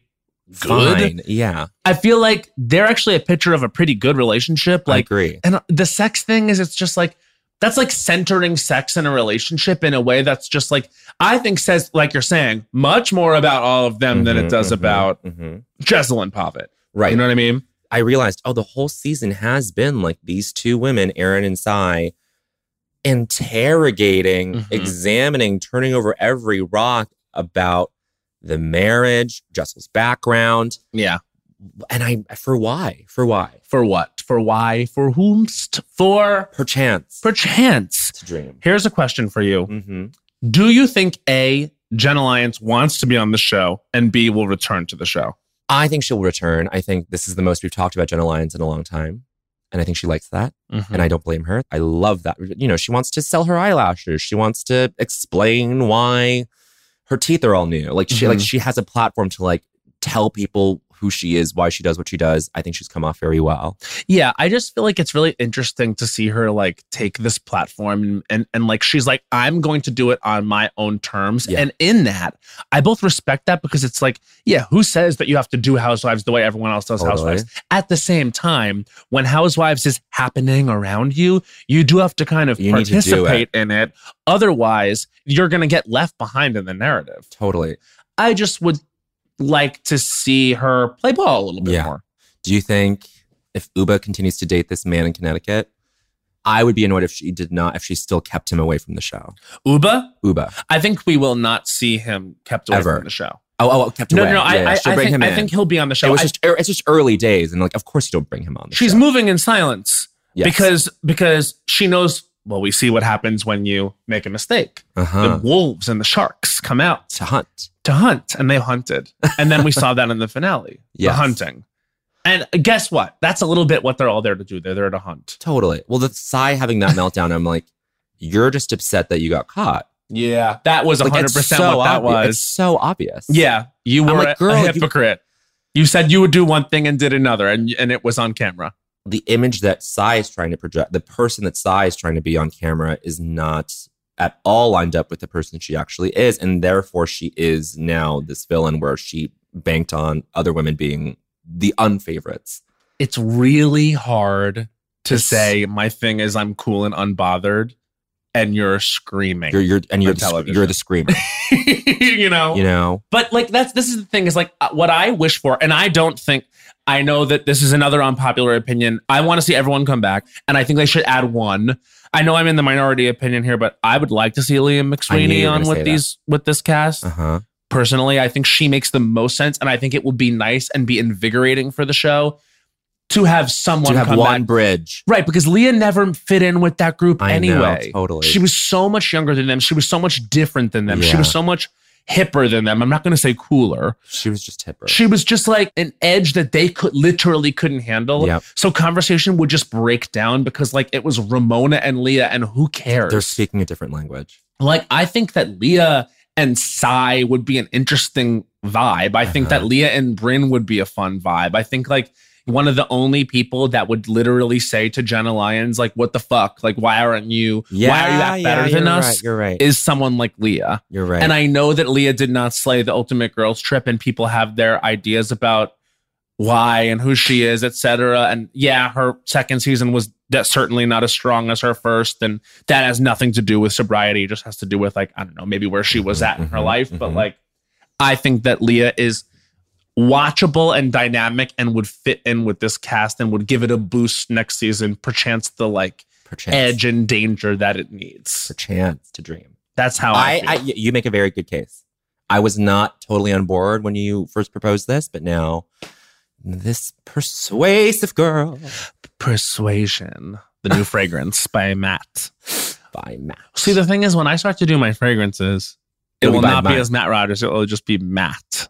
Speaker 3: Fine. Yeah.
Speaker 1: I feel like they're actually a picture of a pretty good relationship.
Speaker 3: I
Speaker 1: Like
Speaker 3: agree.
Speaker 1: and uh, the sex thing is it's just like that's like centering sex in a relationship in a way that's just like I think says like you're saying much more about all of them than it
Speaker 3: Mhm,
Speaker 1: does
Speaker 3: mhm,
Speaker 1: about
Speaker 3: mhm.
Speaker 1: Jessel and Poppet.
Speaker 3: Right.
Speaker 1: You know what I mean?
Speaker 3: I realized, oh, the whole season has been like these two women, Aaron and Sai, interrogating,
Speaker 1: Mhm.
Speaker 3: examining, turning over every rock about the marriage, Jessel's background,
Speaker 1: Yeah.
Speaker 3: and I for why? For why?
Speaker 1: For what? For why? For whomst? For
Speaker 3: Perchance.
Speaker 1: perchance.
Speaker 3: to dream.
Speaker 1: Here's a question for you.
Speaker 3: Mm-hmm.
Speaker 1: Do you think A, Jen Alliance wants to be on the show and B will return to the show?
Speaker 3: I think she'll return. I think this is the most we've talked about Jenna Lyons in a long time. And I think she likes that.
Speaker 1: Mm-hmm.
Speaker 3: And I don't blame her. I love that. You know, she wants to sell her eyelashes. She wants to explain why her teeth are all new. Like she like
Speaker 1: Mm-hmm.
Speaker 3: she has a platform to like tell people who she is, why she does what she does. I think she's come off very well.
Speaker 1: Yeah, I just feel like it's really interesting to see her like take this platform and and, and like she's like, I'm going to do it on my own terms.
Speaker 3: Yeah.
Speaker 1: And in that, I both respect that because it's like, yeah, who says that you have to do housewives the way everyone else does housewives? At the same time, when housewives is happening around you, you do have to kind of
Speaker 3: You need to do
Speaker 1: participate in it. Otherwise, you're gonna get left behind in the narrative.
Speaker 3: Totally.
Speaker 1: I just would like to see her play ball a little bit
Speaker 3: Yeah.
Speaker 1: more.
Speaker 3: Do you think if Uba continues to date this man in Connecticut, I would be annoyed if she did not, if she still kept him away from the show.
Speaker 1: Uba,
Speaker 3: Uba.
Speaker 1: I think we will not see him kept away
Speaker 3: Ever.
Speaker 1: from the show.
Speaker 3: Oh, oh, oh, kept
Speaker 1: No,
Speaker 3: away.
Speaker 1: no, no. I,
Speaker 3: Yeah, yeah,
Speaker 1: I, I,
Speaker 3: she'll bring
Speaker 1: think,
Speaker 3: him
Speaker 1: I
Speaker 3: in.
Speaker 1: think he'll be on the show.
Speaker 3: it was
Speaker 1: I-
Speaker 3: just er, it's just early days, and like of course you don't bring him on. The
Speaker 1: she's
Speaker 3: show.
Speaker 1: moving in silence
Speaker 3: Yes.
Speaker 1: because because she knows. Well, we see what happens when you make a mistake.
Speaker 3: uh-huh.
Speaker 1: The wolves and the sharks come out
Speaker 3: to hunt.
Speaker 1: to hunt, and they hunted, and then we saw that in the finale. The
Speaker 3: Yes.
Speaker 1: hunting, and guess what? That's a little bit what they're all there to do. They're there to hunt.
Speaker 3: Totally. Well, the Psy having that meltdown, I'm like, you're just upset that you got caught.
Speaker 1: Yeah, that was
Speaker 3: Like,
Speaker 1: hundred
Speaker 3: it's
Speaker 1: percent
Speaker 3: so
Speaker 1: what that
Speaker 3: obvi- It's
Speaker 1: was.
Speaker 3: so obvious.
Speaker 1: Yeah, you
Speaker 3: I'm
Speaker 1: were
Speaker 3: like,
Speaker 1: a-
Speaker 3: girl,
Speaker 1: a
Speaker 3: you-
Speaker 1: hypocrite. You said you would do one thing and did another, and and it was on camera.
Speaker 3: The image that Psy is trying to project, the person that Psy is trying to be on camera, is not at all lined up with the person she actually is, and therefore she is now this villain where she banked on other women being the unfavorites.
Speaker 1: it's really hard to say my thing is I'm cool and unbothered and you're screaming.
Speaker 3: You're, you're and you're
Speaker 1: On
Speaker 3: the, sc-
Speaker 1: television.
Speaker 3: you're the screamer.
Speaker 1: you know?
Speaker 3: you know.
Speaker 1: But like that's this is the thing is like uh, what I wish for and I don't think I know that this is another unpopular opinion. I want to see everyone come back and I think they should add one. I know I'm in the minority opinion here but I would like to see Liam
Speaker 3: I knew
Speaker 1: McSweeney
Speaker 3: you were
Speaker 1: on
Speaker 3: gonna say
Speaker 1: with
Speaker 3: that.
Speaker 1: these with this cast.
Speaker 3: Uh huh.
Speaker 1: personally. I think she makes the most sense, and I think it would be nice and be invigorating for the show to have someone
Speaker 3: To have
Speaker 1: come
Speaker 3: one
Speaker 1: back.
Speaker 3: bridge.
Speaker 1: Right, because Leah never fit in with that group
Speaker 3: I know,
Speaker 1: anyway.
Speaker 3: totally.
Speaker 1: She was so much younger than them. She was so much different than them. She
Speaker 3: Yeah.
Speaker 1: was so much hipper than them. I'm not going to say cooler.
Speaker 3: She was just hipper.
Speaker 1: She was just like an edge that they could literally couldn't handle.
Speaker 3: Yep.
Speaker 1: So conversation would just break down because like it was Ramona and Leah and who cares?
Speaker 3: They're speaking a different language.
Speaker 1: like I think that Leah and Sai would be an interesting vibe. I think that
Speaker 3: Uh-huh.
Speaker 1: Leah and Bryn would be a fun vibe. I think like one of the only people that would literally say to Jenna Lyons, like, what the fuck? Like, why aren't you why are you act better than
Speaker 3: you're
Speaker 1: us?
Speaker 3: Right, you're right.
Speaker 1: Is someone like Leah.
Speaker 3: you're right.
Speaker 1: And I know that Leah did not slay the ultimate girls trip, and people have their ideas about why and who she is, etc. And yeah, her second season was that certainly not as strong as her first, and that has nothing to do with sobriety. It just has to do with like I don't know, maybe where she was at in her
Speaker 3: Mhm,
Speaker 1: life. But
Speaker 3: mhm.
Speaker 1: like, I think that Leah is watchable and dynamic, and would fit in with this cast, and would give it a boost next season, perchance the like
Speaker 3: perchance,
Speaker 1: edge and danger that it needs.
Speaker 3: perchance to dream.
Speaker 1: That's how I.
Speaker 3: I, I,
Speaker 1: feel.
Speaker 3: y- you make a very good case. I was not totally on board when you first proposed this, but now this persuasive girl.
Speaker 1: persuasion.
Speaker 6: the new fragrance by Matt.
Speaker 7: by Matt.
Speaker 6: See, the thing is, when I start to do my fragrances, it
Speaker 7: It'll be
Speaker 6: will
Speaker 7: by
Speaker 6: not be
Speaker 7: Matt.
Speaker 6: as Matt Rogers. It will just be Matt.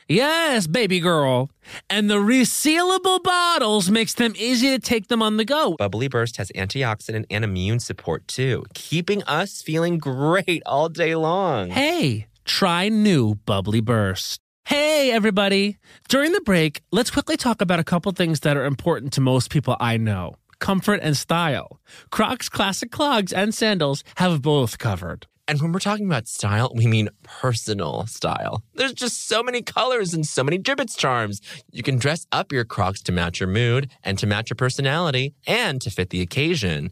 Speaker 1: Yes, baby girl. And the resealable bottles makes them easy to take them on the go.
Speaker 3: Bubbly Burst has antioxidant and immune support too, keeping us feeling great all day long.
Speaker 1: Hey, try new Bubbly Burst. Hey, everybody. During the break, let's quickly talk about a couple things that are important to most people I know comfort and style. Crocs classic clogs and sandals have both covered.
Speaker 3: And when we're talking about style, we mean personal style. There's just so many colors and so many gibbets charms. You can dress up your crocs to match your mood and to match your personality and to fit the occasion.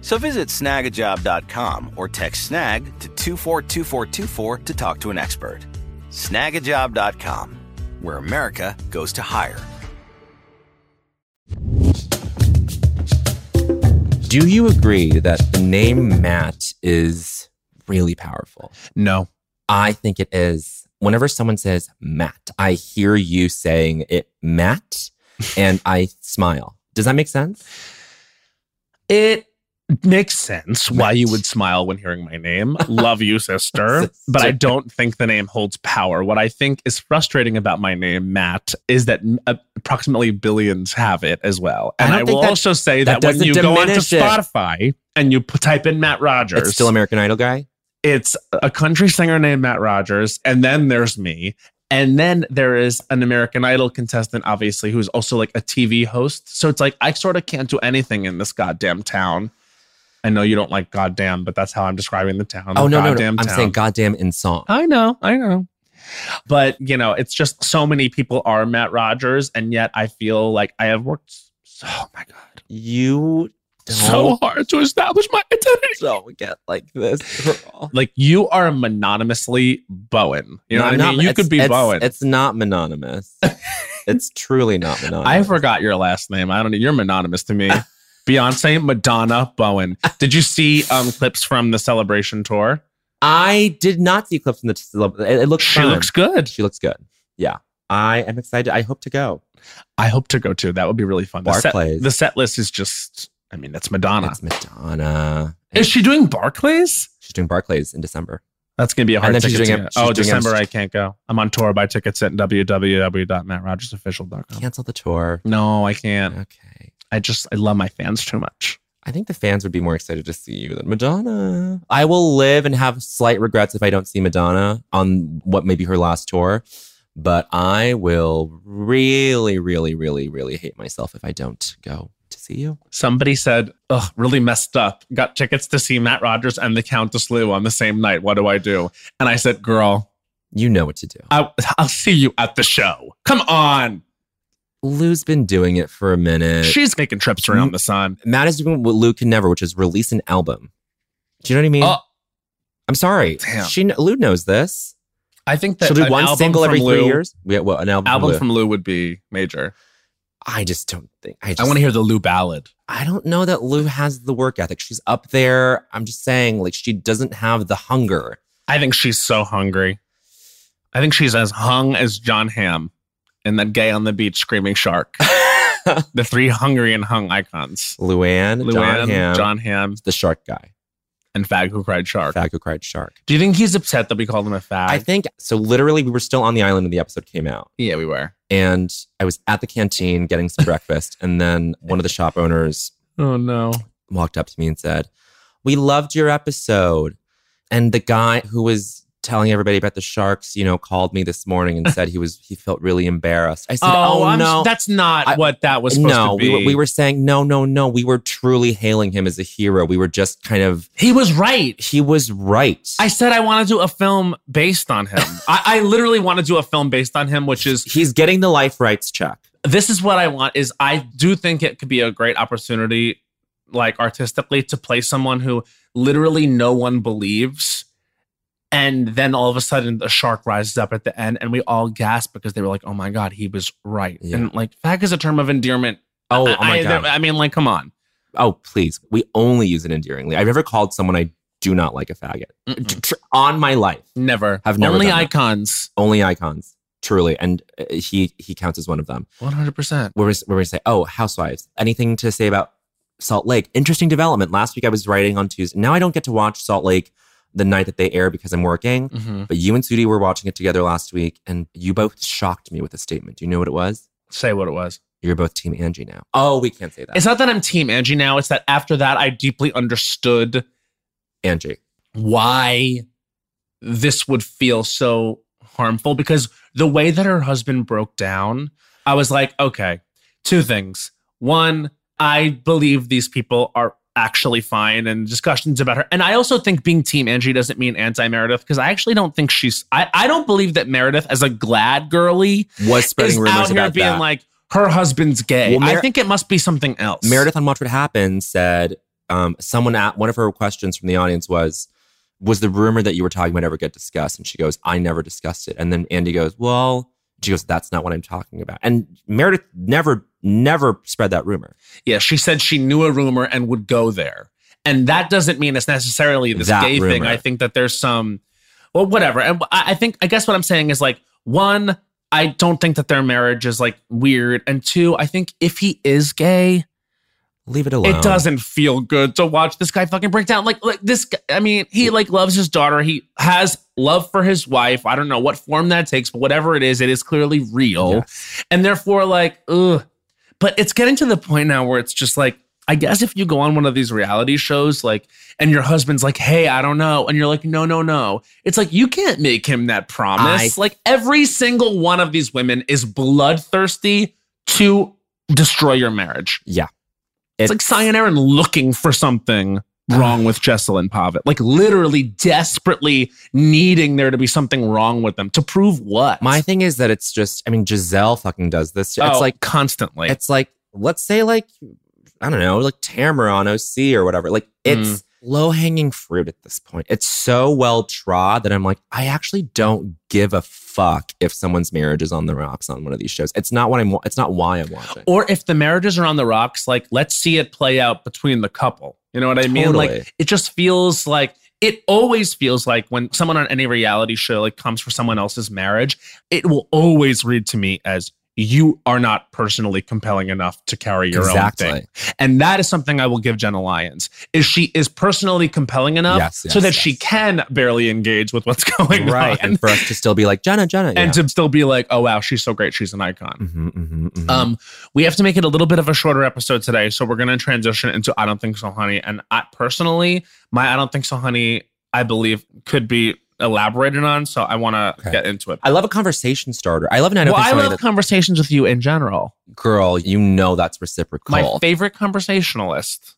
Speaker 8: So visit snagajob.com or text snag to 242424 to talk to an expert. Snagajob.com, where America goes to hire.
Speaker 7: Do you agree that the name Matt is really powerful?
Speaker 6: No.
Speaker 7: I think it is. Whenever someone says Matt, I hear you saying it Matt and I smile. Does that make sense?
Speaker 6: It makes sense why you would smile when hearing my name. Love you, sister. But I don't think the name holds power. What I think is frustrating about my name, Matt, is that uh, approximately billions have it as well.
Speaker 7: I
Speaker 6: And
Speaker 7: don't
Speaker 6: I,
Speaker 7: think
Speaker 6: will
Speaker 7: that-
Speaker 6: also say
Speaker 7: that
Speaker 6: that, when
Speaker 7: doesn't
Speaker 6: you go onto
Speaker 7: diminish it.
Speaker 6: Spotify and you p- type in Matt Rogers,
Speaker 7: It's still American Idol guy.
Speaker 6: it's a country singer named Matt Rogers, and then there's me. And then there is an American Idol contestant, obviously, who's also like a TV host. So it's like, I sort of can't do anything in this goddamn town. I know you don't like goddamn, but that's how I'm describing the town.
Speaker 7: Oh
Speaker 6: the
Speaker 7: no, no, no.
Speaker 6: goddamn
Speaker 7: I'm
Speaker 6: town.
Speaker 7: saying goddamn in song.
Speaker 6: I know, I know. But, you know, it's just so many people are Matt Rogers. And yet I feel like I have worked so, oh my God,
Speaker 7: You don't
Speaker 6: so hard to establish my identity.
Speaker 7: don't get like this. girl.
Speaker 6: Like you are mononymously Bowen. You
Speaker 7: No,
Speaker 6: know what I
Speaker 7: I'm
Speaker 6: mean?
Speaker 7: not-
Speaker 6: you
Speaker 7: it's-
Speaker 6: could be
Speaker 7: it's,
Speaker 6: Bowen.
Speaker 7: It's not mononymous. it's truly not mononymous.
Speaker 6: I forgot your last name. I don't know. You're mononymous to me. Beyonce, Madonna, Bowen. Did you see um, clips from the celebration tour?
Speaker 7: I did not see clips from the. celeb- It, it looks.
Speaker 6: She
Speaker 7: fun.
Speaker 6: looks good.
Speaker 7: She looks good. Yeah, I am excited. I hope to go.
Speaker 6: I hope to go too. That would be really fun. The set,
Speaker 7: Barclays.
Speaker 6: the set list is just, I mean, that's Madonna.
Speaker 7: It's Madonna.
Speaker 6: is she doing Barclays?
Speaker 7: She's doing Barclays in December.
Speaker 6: That's going to be a hard
Speaker 7: then
Speaker 6: ticket
Speaker 7: she's
Speaker 6: to
Speaker 7: doing a-
Speaker 6: get.
Speaker 7: she's
Speaker 6: Oh,
Speaker 7: doing a-
Speaker 6: December, I I can't go. I'm on tour. Buy tickets at www.mattrogersofficial.com.
Speaker 7: Cancel the tour.
Speaker 6: No, I can't.
Speaker 7: Okay.
Speaker 6: I just, I love my fans too much.
Speaker 7: I think the fans would be more excited to see you than Madonna. I will live and have slight regrets if I don't see Madonna on what may be her last tour, but I will really, really, really, really hate myself if I don't go to see you.
Speaker 6: Somebody said, ugh, really messed up. Got tickets to see Matt Rogers and the Countess Lou on the same night. What do I do? And I said, girl,
Speaker 3: You know what to do.
Speaker 6: I, I'll see you at the show. Come on.
Speaker 3: Lou's been doing it for a minute.
Speaker 6: She's making trips
Speaker 3: mm,
Speaker 6: around the sun.
Speaker 3: Matt is doing what Lou can never, which is release an album. Do you know what I mean?
Speaker 6: Oh.
Speaker 3: I'm sorry.
Speaker 6: Damn.
Speaker 3: She kn- Lou knows this.
Speaker 6: I think that
Speaker 3: She'll do
Speaker 6: an
Speaker 3: one
Speaker 6: album
Speaker 3: single
Speaker 6: from
Speaker 3: every
Speaker 6: Lou-
Speaker 3: three years. Yeah, well, an album.
Speaker 6: Album
Speaker 3: Lou.
Speaker 6: from Lou would be major.
Speaker 3: I just don't think. I, just,
Speaker 6: I want to hear the Lou ballad.
Speaker 3: I don't know that Lou has the work ethic. She's up there. I'm just saying, like, she doesn't have the hunger.
Speaker 6: I think she's so hungry. I think she's as hung as John Hamm and that gay on the beach screaming shark. the three hungry and hung icons.
Speaker 3: Luann,
Speaker 6: Luann,
Speaker 3: John Hamm,
Speaker 6: John Hamm,
Speaker 3: the shark guy,
Speaker 6: and Fag Who Cried Shark.
Speaker 3: fag who cried shark.
Speaker 6: Do you think he's upset that we called him a fag?
Speaker 3: I think so. Literally, we were still on the island when the episode came out.
Speaker 6: yeah, we were.
Speaker 3: and I was at the canteen getting some breakfast, and then one of the shop owners
Speaker 6: Oh no.
Speaker 3: walked up to me and said, "We loved your episode." And the guy who was telling everybody about the sharks, you know, called me this morning and said he was he felt really embarrassed. I said, "Oh,
Speaker 6: I'm
Speaker 3: no."
Speaker 6: s- that's not
Speaker 3: I-
Speaker 6: what that was supposed
Speaker 3: no,
Speaker 6: to be.
Speaker 3: we were, we were saying no, no, no. We were truly hailing him as a hero. We were just kind of
Speaker 6: He was right.
Speaker 3: he was right.
Speaker 6: I said I want to do a film based on him. I, I literally want to do a film based on him, which is
Speaker 3: He's getting the life rights check.
Speaker 6: this is what I want. Is I do think it could be a great opportunity, like artistically, to play someone who literally no one believes, and then all of a sudden the shark rises up at the end, and we all gasp because they were like, "Oh my god, he was right."
Speaker 3: Yeah.
Speaker 6: And like, fag is a term of endearment.
Speaker 3: Oh, oh
Speaker 6: I,
Speaker 3: my
Speaker 6: I-
Speaker 3: god.
Speaker 6: I mean, like, come on.
Speaker 3: oh, please. We only use it endearingly. I've never called someone I do not like a faggot
Speaker 6: Mm-mm.
Speaker 3: Tr- on my life.
Speaker 6: Never.
Speaker 3: I've never
Speaker 6: Only
Speaker 3: done that.
Speaker 6: icons.
Speaker 3: only icons truly and uh, he he counts as one of them
Speaker 6: One hundred percent.
Speaker 3: where we, where we say oh housewives anything to say about salt lake interesting development last week i was writing on tuesday now i don't get to watch salt lake the night that they air because i'm working
Speaker 6: Mm-hmm.
Speaker 3: but you and sudie were watching it together last week and you both shocked me with a statement do you know what it was
Speaker 6: Say what it was.
Speaker 3: you're both team angie now oh we can't say that
Speaker 6: It's not that I'm Team Angie now. It's that after that, I deeply understood
Speaker 3: angie
Speaker 6: why this would feel so harmful because the way that her husband broke down, I was like, okay, two things. One, I believe these people are actually fine and discussions about her. And I also think being Team Angie doesn't mean anti Meredith because I actually don't think she's, I, I don't believe that Meredith, as a glad girly,
Speaker 3: was spreading
Speaker 6: is
Speaker 3: rumors
Speaker 6: out here
Speaker 3: about
Speaker 6: being
Speaker 3: that
Speaker 6: like, her husband's gay.
Speaker 3: Well, Mer-
Speaker 6: I think it must be something else.
Speaker 3: Meredith on Watch What Happened said um, someone at one of her questions from the audience was, "Was the rumor that you were talking about ever get discussed?" And she goes, "I never discussed it." And then Andy goes, "Well," she goes, "That's not what I'm talking about." And Meredith never, never spread that rumor.
Speaker 6: Yeah, she said she knew a rumor and would go there. And that doesn't mean it's necessarily this
Speaker 3: That
Speaker 6: gay thing.
Speaker 3: rumor.
Speaker 6: I think that there's some, well, whatever. And I I think, I guess what I'm saying is like, one, I don't think that their marriage is like weird. And two, I think if he is gay,
Speaker 3: Leave it alone.
Speaker 6: it doesn't feel good to watch this guy fucking break down. Like, like this, guy, I mean, he like loves his daughter. He has love for his wife. I don't know what form that takes, but whatever it is, it is clearly real. And therefore, like, ugh. But it's getting to the point now where it's just like, I guess if you go on one of these reality shows, like, and your husband's like, hey, I don't know. And you're like, no, no, no. It's like, you can't make him that promise.
Speaker 3: I-
Speaker 6: like, every single one of these women is bloodthirsty to destroy your marriage. It's like Cyan Aaron looking for something wrong with Jessel and Pavitt, like literally desperately needing there to be something wrong with them to prove what.
Speaker 3: My thing is that it's just. I mean, Giselle fucking does this.
Speaker 6: Oh,
Speaker 3: It's like,
Speaker 6: constantly.
Speaker 3: it's like, let's say like, I don't know, like Tamara on OC or whatever. Like it's.
Speaker 6: Mm.
Speaker 3: Low hanging fruit at this point. It's so well trod that I'm like, I actually don't give a fuck if someone's marriage is on the rocks on one of these shows. It's not what I'm. wa- It's not why I'm watching.
Speaker 6: or if the marriages are on the rocks, like let's see it play out between the couple. You know what I mean? Like
Speaker 3: Totally.
Speaker 6: it just feels like it always feels like when someone on any reality show like comes for someone else's marriage, it will always read to me as you are not personally compelling enough to carry your
Speaker 3: exactly.
Speaker 6: own thing. And that is something I will give Jenna Lyons is she is personally compelling enough
Speaker 3: Yes, yes,
Speaker 6: so that
Speaker 3: yes.
Speaker 6: she can barely engage with what's going
Speaker 3: right.
Speaker 6: on
Speaker 3: And for us to still be like Jenna, Jenna,
Speaker 6: and to still be like, oh wow, she's so great, she's an icon.
Speaker 3: hmm hmm
Speaker 6: Um, we have to make it a little bit of a shorter episode today, so we're gonna transition into I don't think so, honey. And I personally, my I don't think so, honey, I believe could be elaborated on, so I want to
Speaker 3: Okay.
Speaker 6: get into it.
Speaker 3: I love a conversation starter. I love an. I don't
Speaker 6: well,
Speaker 3: think
Speaker 6: I
Speaker 3: somebody
Speaker 6: love conversations with you in general.
Speaker 3: that, girl. You know that's reciprocal.
Speaker 6: My favorite conversationalist.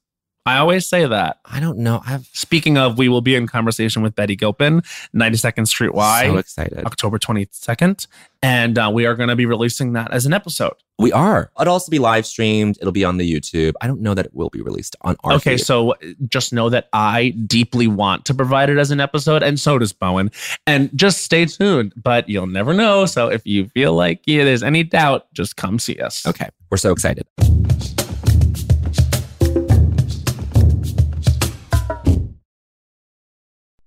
Speaker 6: I always say that.
Speaker 3: I don't know. I've
Speaker 6: Speaking of, we will be in conversation with Betty Gilpin, 92nd Street Y,
Speaker 3: so excited.
Speaker 6: October 22nd. And uh, we are going to be releasing that as an episode.
Speaker 3: We are. It'll also be live streamed. It'll be on the YouTube. I don't know that it will be released on our.
Speaker 6: okay,
Speaker 3: feed.
Speaker 6: so just know that I deeply want to provide it as an episode, and so does Bowen. And just stay tuned, but you'll never know. So if you feel like yeah, there's any doubt, just come see us.
Speaker 3: okay, we're so excited.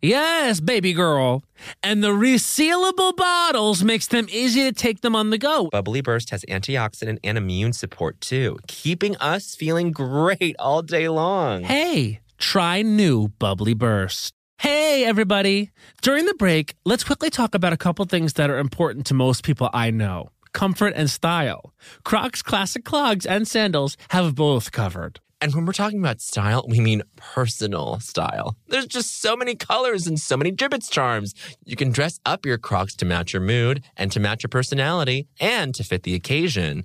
Speaker 1: Yes, baby girl. And the resealable bottles makes them easy to take them on the go.
Speaker 3: Bubbly uh, Burst has antioxidant and immune support too, keeping us feeling great all day long.
Speaker 1: Hey, try new Bubbly Burst. Hey, everybody. During the break, let's quickly talk about a couple things that are important to most people I know comfort and style. Crocs classic clogs and sandals have both covered.
Speaker 3: And when we're talking about style, we mean personal style. There's just so many colors and so many gibbets charms. You can dress up your crocs to match your mood and to match your personality and to fit the occasion.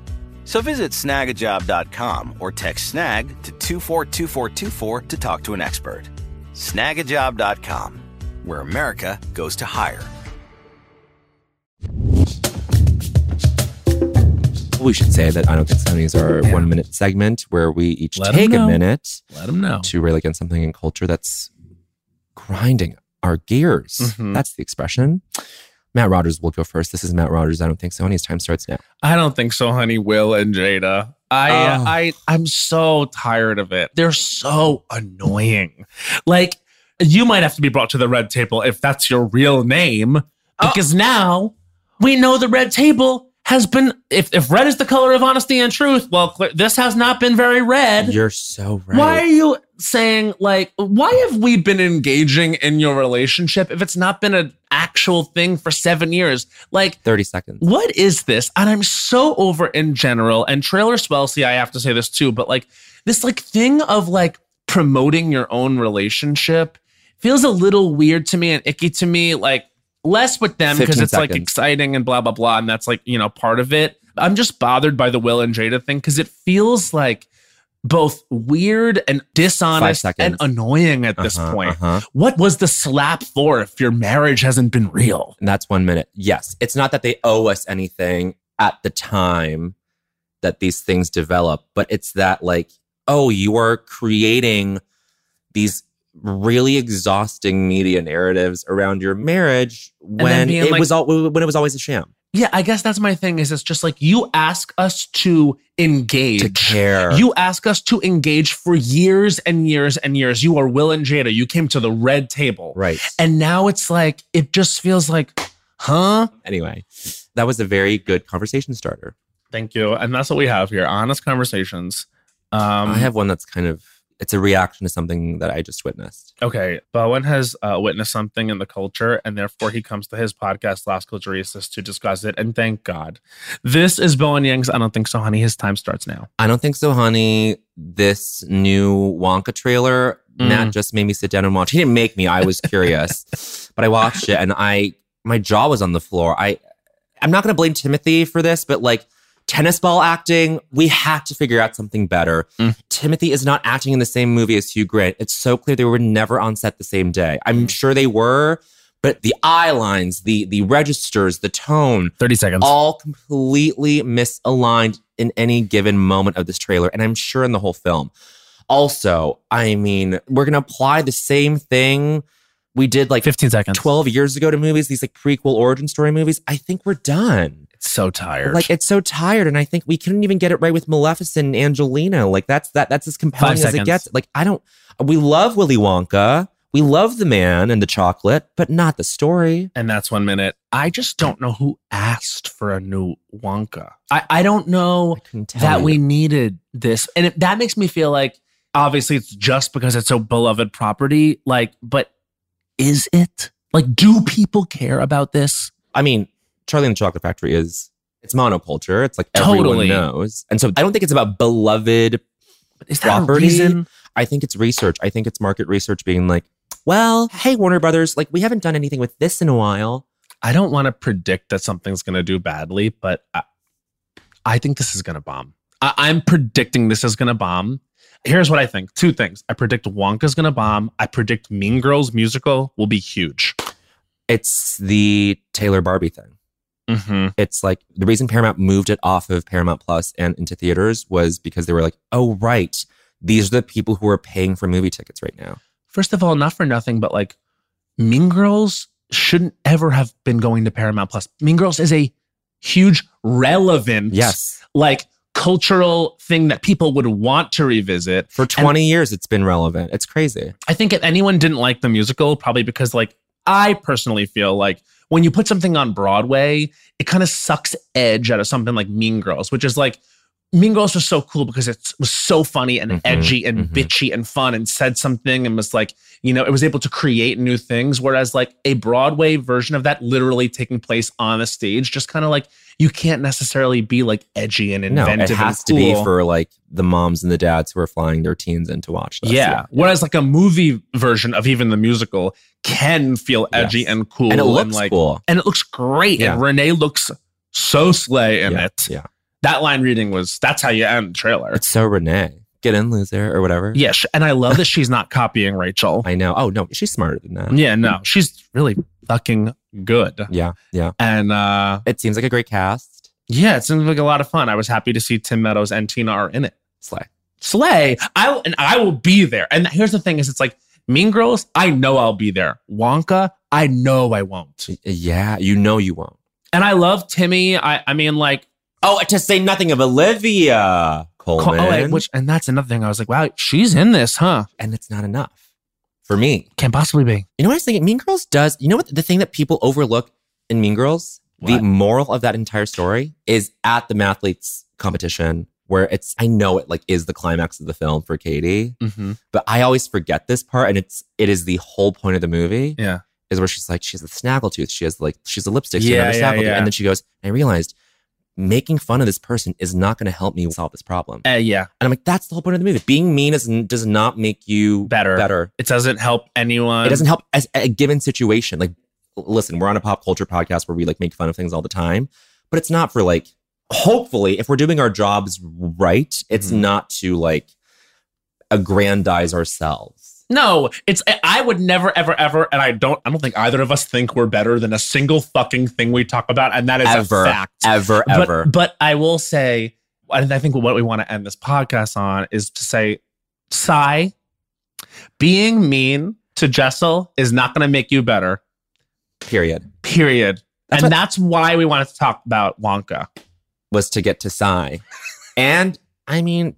Speaker 8: So visit snagajob.com or text snag to 242424 to talk to an expert. Snagajob.com, where America goes to hire.
Speaker 3: We should say that I don't get Sunnies are one minute segment where we each
Speaker 6: Let 'em
Speaker 3: take a
Speaker 6: know.
Speaker 3: minute
Speaker 6: Let them know.
Speaker 3: to rail against something in culture that's grinding our gears.
Speaker 6: Mhm.
Speaker 3: That's the expression. Matt Rogers will go first. This is Matt Rogers. I don't think so. And his time starts now.
Speaker 6: I don't think so, honey. Will and Jada. I
Speaker 3: Oh.
Speaker 6: I I'm so tired of it. They're so annoying. Like you might have to be brought to the red table if that's your real
Speaker 3: Oh.
Speaker 6: name because now we know the red table has been if if red is the color of honesty and truth, well cl- this has not been very red.
Speaker 3: You're so right.
Speaker 6: Why are you saying like why have we been engaging in your relationship if it's not been an actual thing for 7 years? Like
Speaker 3: 30 seconds.
Speaker 6: what is this? And I'm so over in general. And Trailer Swellsey, I have to say this too, but like this like thing of like promoting your own relationship feels a little weird to me and icky to me. Like less with them
Speaker 3: 15
Speaker 6: because it's like
Speaker 3: seconds.
Speaker 6: exciting and blah blah blah, and that's like you know part of it. I'm just bothered by the Will and Jada thing because it feels like both weird and dishonest
Speaker 3: seconds.
Speaker 6: and annoying at this
Speaker 3: Uh-huh,
Speaker 6: point.
Speaker 3: uh-huh.
Speaker 6: What was the slap for if your marriage hasn't been real?
Speaker 3: And that's one minute. Yes. It's not that they owe us anything at the time that these things develop, but it's that, like, oh, you are creating these really exhausting media narratives around your marriage when
Speaker 6: being
Speaker 3: it
Speaker 6: like-
Speaker 3: was all when it was always a sham
Speaker 6: Yeah, I guess that's my thing is it's just like you ask us to engage.
Speaker 3: to care
Speaker 6: You ask us to engage for years and years and years. You are Will and Jada. You came to the red table.
Speaker 3: right
Speaker 6: And now it's like it just feels like huh?
Speaker 3: anyway that was a very good conversation starter
Speaker 6: Thank you. And that's what we have here. Honest conversations Um,
Speaker 3: I have one that's kind of it's a reaction to something that I just witnessed.
Speaker 6: Okay, Bowen has uh, witnessed something in the culture, and therefore he comes to his podcast, Las Culturistas, to discuss it. And thank God, this is Bowen Yang's. I don't think so, honey. His time starts now.
Speaker 3: I don't think so, honey. This new Wonka trailer,
Speaker 6: Mm.
Speaker 3: Matt just made me sit down and watch. He didn't make me. I was curious, but I watched it and I my jaw was on the floor. I I'm not going to blame Timothy for this, but like tennis ball acting, we had to figure out something better.
Speaker 6: Mm.
Speaker 3: Timothy is not acting in the same movie as Hugh Grant. It's so clear they were never on set the same day.
Speaker 6: Mm.
Speaker 3: I'm sure they were, but the eye lines, the the registers, the tone,
Speaker 6: Thirty seconds.
Speaker 3: all completely misaligned in any given moment of this trailer, and I'm sure in the whole film. Also, I mean, we're gonna apply the same thing we did like
Speaker 6: Fifteen seconds.
Speaker 3: 12 years ago to movies, these like prequel origin story movies. I think we're done.
Speaker 6: It's so tired.
Speaker 3: Like it's so tired, and I think we couldn't even get it right with Maleficent and Angelina. Like that's that that's as compelling as it
Speaker 6: seconds.
Speaker 3: gets. Like I don't. We love Willy Wonka. We love the man and the chocolate, but not the story.
Speaker 6: and that's one minute. I just don't know who asked for a new Wonka. I, I don't know
Speaker 3: I couldn't tell
Speaker 6: that
Speaker 3: you.
Speaker 6: we needed this, and it, that makes me feel like obviously it's just because it's so beloved property. Like, but is it? Like, do people care about this?
Speaker 3: I mean, Charlie and the Chocolate Factory is it's monoculture. It's like
Speaker 6: Totally.
Speaker 3: everyone knows, and so I don't think it's about beloved.
Speaker 6: Is that
Speaker 3: property.
Speaker 6: a reason?
Speaker 3: I think it's research. I think it's market research being like, well, hey Warner Brothers, like we haven't done anything with this in a while.
Speaker 6: I don't want to predict that something's going to do badly, but I, I think this is going to bomb. I, I'm predicting this is going to bomb. Here's what I think two things. I predict Wonka's going to bomb. I predict Mean Girls musical will be huge.
Speaker 3: It's the Taylor Barbie thing.
Speaker 6: Mm-hmm.
Speaker 3: It's like the reason Paramount moved it off of Paramount Plus and into theaters was because they were like, oh right, these are the people who are paying for movie tickets right now.
Speaker 6: First of all, not for nothing, but like Mean Girls shouldn't ever have been going to Paramount Plus. Mean Girls is a huge, relevant,
Speaker 3: Yes,
Speaker 6: like cultural thing that people would want to revisit.
Speaker 3: for twenty years it's been relevant. It's crazy.
Speaker 6: I think if anyone didn't like the musical, probably because like I personally feel like when you put something on Broadway, it kind of sucks edge out of something like Mean Girls, which is like Mean Girls was so cool because it was so funny and
Speaker 3: Mhm,
Speaker 6: edgy and
Speaker 3: mhm.
Speaker 6: bitchy and fun and said something and was like, you know, it was able to create new things. Whereas like a Broadway version of that literally taking place on the stage, just kind of like you can't necessarily be like edgy and
Speaker 3: No,
Speaker 6: inventive.
Speaker 3: it has
Speaker 6: and cool.
Speaker 3: to be for like the moms and the dads who are flying their teens in to watch this.
Speaker 6: yeah. Whereas like a movie version of even the musical can feel edgy
Speaker 3: Yes.
Speaker 6: and cool.
Speaker 3: And it looks
Speaker 6: like,
Speaker 3: cool.
Speaker 6: And it looks great.
Speaker 3: Yeah.
Speaker 6: And Renee looks so slay in
Speaker 3: yeah.
Speaker 6: it.
Speaker 3: Yeah.
Speaker 6: That line reading was that's how you end the trailer.
Speaker 3: It's so Renee. Get in, loser, or whatever.
Speaker 6: yeah. sh- And I love that she's not copying Rachel.
Speaker 3: I know. Oh, no. She's smarter than that.
Speaker 6: yeah. No, she's really fucking good.
Speaker 3: Yeah. Yeah.
Speaker 6: And uh
Speaker 3: It seems like a great cast.
Speaker 6: yeah, it seems like a lot of fun. I was happy to see Tim Meadows and Tina are in it.
Speaker 3: Slay.
Speaker 6: Slay, I and I will be there. And here's the thing: is it's like Mean Girls. I know I'll be there. Wonka. I know I won't.
Speaker 3: Yeah. You know you won't.
Speaker 6: And I love Timmy. I I mean like
Speaker 3: Oh, to say nothing of Olivia Coleman.
Speaker 6: oh, wait, which and that's another thing. I was like, wow, she's in this, huh?
Speaker 3: and it's not enough for me.
Speaker 6: Can't possibly be.
Speaker 3: You know what I was thinking? Mean Girls does. You know what the thing that people overlook in Mean Girls? The
Speaker 6: What?
Speaker 3: moral of that entire story is at the mathletes competition where it's I know it like is the climax of the film for Katie,
Speaker 6: Mm-hmm.
Speaker 3: but I always forget this part and it's it is the whole point of the movie.
Speaker 6: Yeah.
Speaker 3: Is where she's like, she has a snaggle tooth, she has like she's a lipstick, she has
Speaker 6: Yeah,
Speaker 3: another
Speaker 6: yeah,
Speaker 3: snaggle
Speaker 6: yeah.
Speaker 3: And then she goes, I realized making fun of this person is not gonna help me solve this problem.
Speaker 6: Uh, yeah,
Speaker 3: And I'm like, that's the whole point of the movie. Being mean is, does not make you
Speaker 6: better. Um,
Speaker 3: better
Speaker 6: It doesn't help anyone.
Speaker 3: it doesn't help as a given situation. Like, l- listen, we're on a pop culture podcast where we like make fun of things all the time, but it's not for like. Hopefully, if we're doing our jobs right, it's
Speaker 6: Mhm.
Speaker 3: not to like aggrandize ourselves.
Speaker 6: No, it's I- I would never, ever, ever, and I don't. I don't think either of us think we're better than a single fucking thing we talk about, and that is
Speaker 3: Ever.
Speaker 6: a fact.
Speaker 3: Ever,
Speaker 6: But-
Speaker 3: ever.
Speaker 6: But, I will say, and I think what we want to end this podcast on is to say, sigh, being mean to Jessel is not going to make you better,
Speaker 3: period.
Speaker 6: period.
Speaker 3: That's
Speaker 6: and
Speaker 3: what-
Speaker 6: that's why we wanted to talk about Wonka.
Speaker 3: Was to get to sigh, and I mean,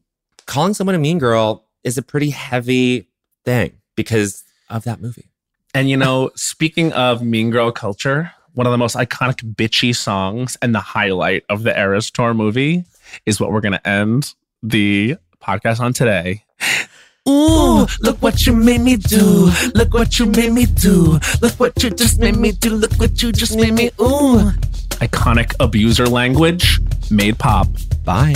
Speaker 3: calling someone a mean girl is a pretty heavy thing because of that movie.
Speaker 6: And, you know, speaking of mean girl culture, one of the most iconic bitchy songs and the highlight of the Eras Tour movie is what we're going to end the
Speaker 9: podcast on today.
Speaker 6: Ooh, look what you made me do. Look what you made me do. Look what you just made me do. Look what you just made me. Ooh.
Speaker 9: Iconic abuser language made pop.
Speaker 3: Bye.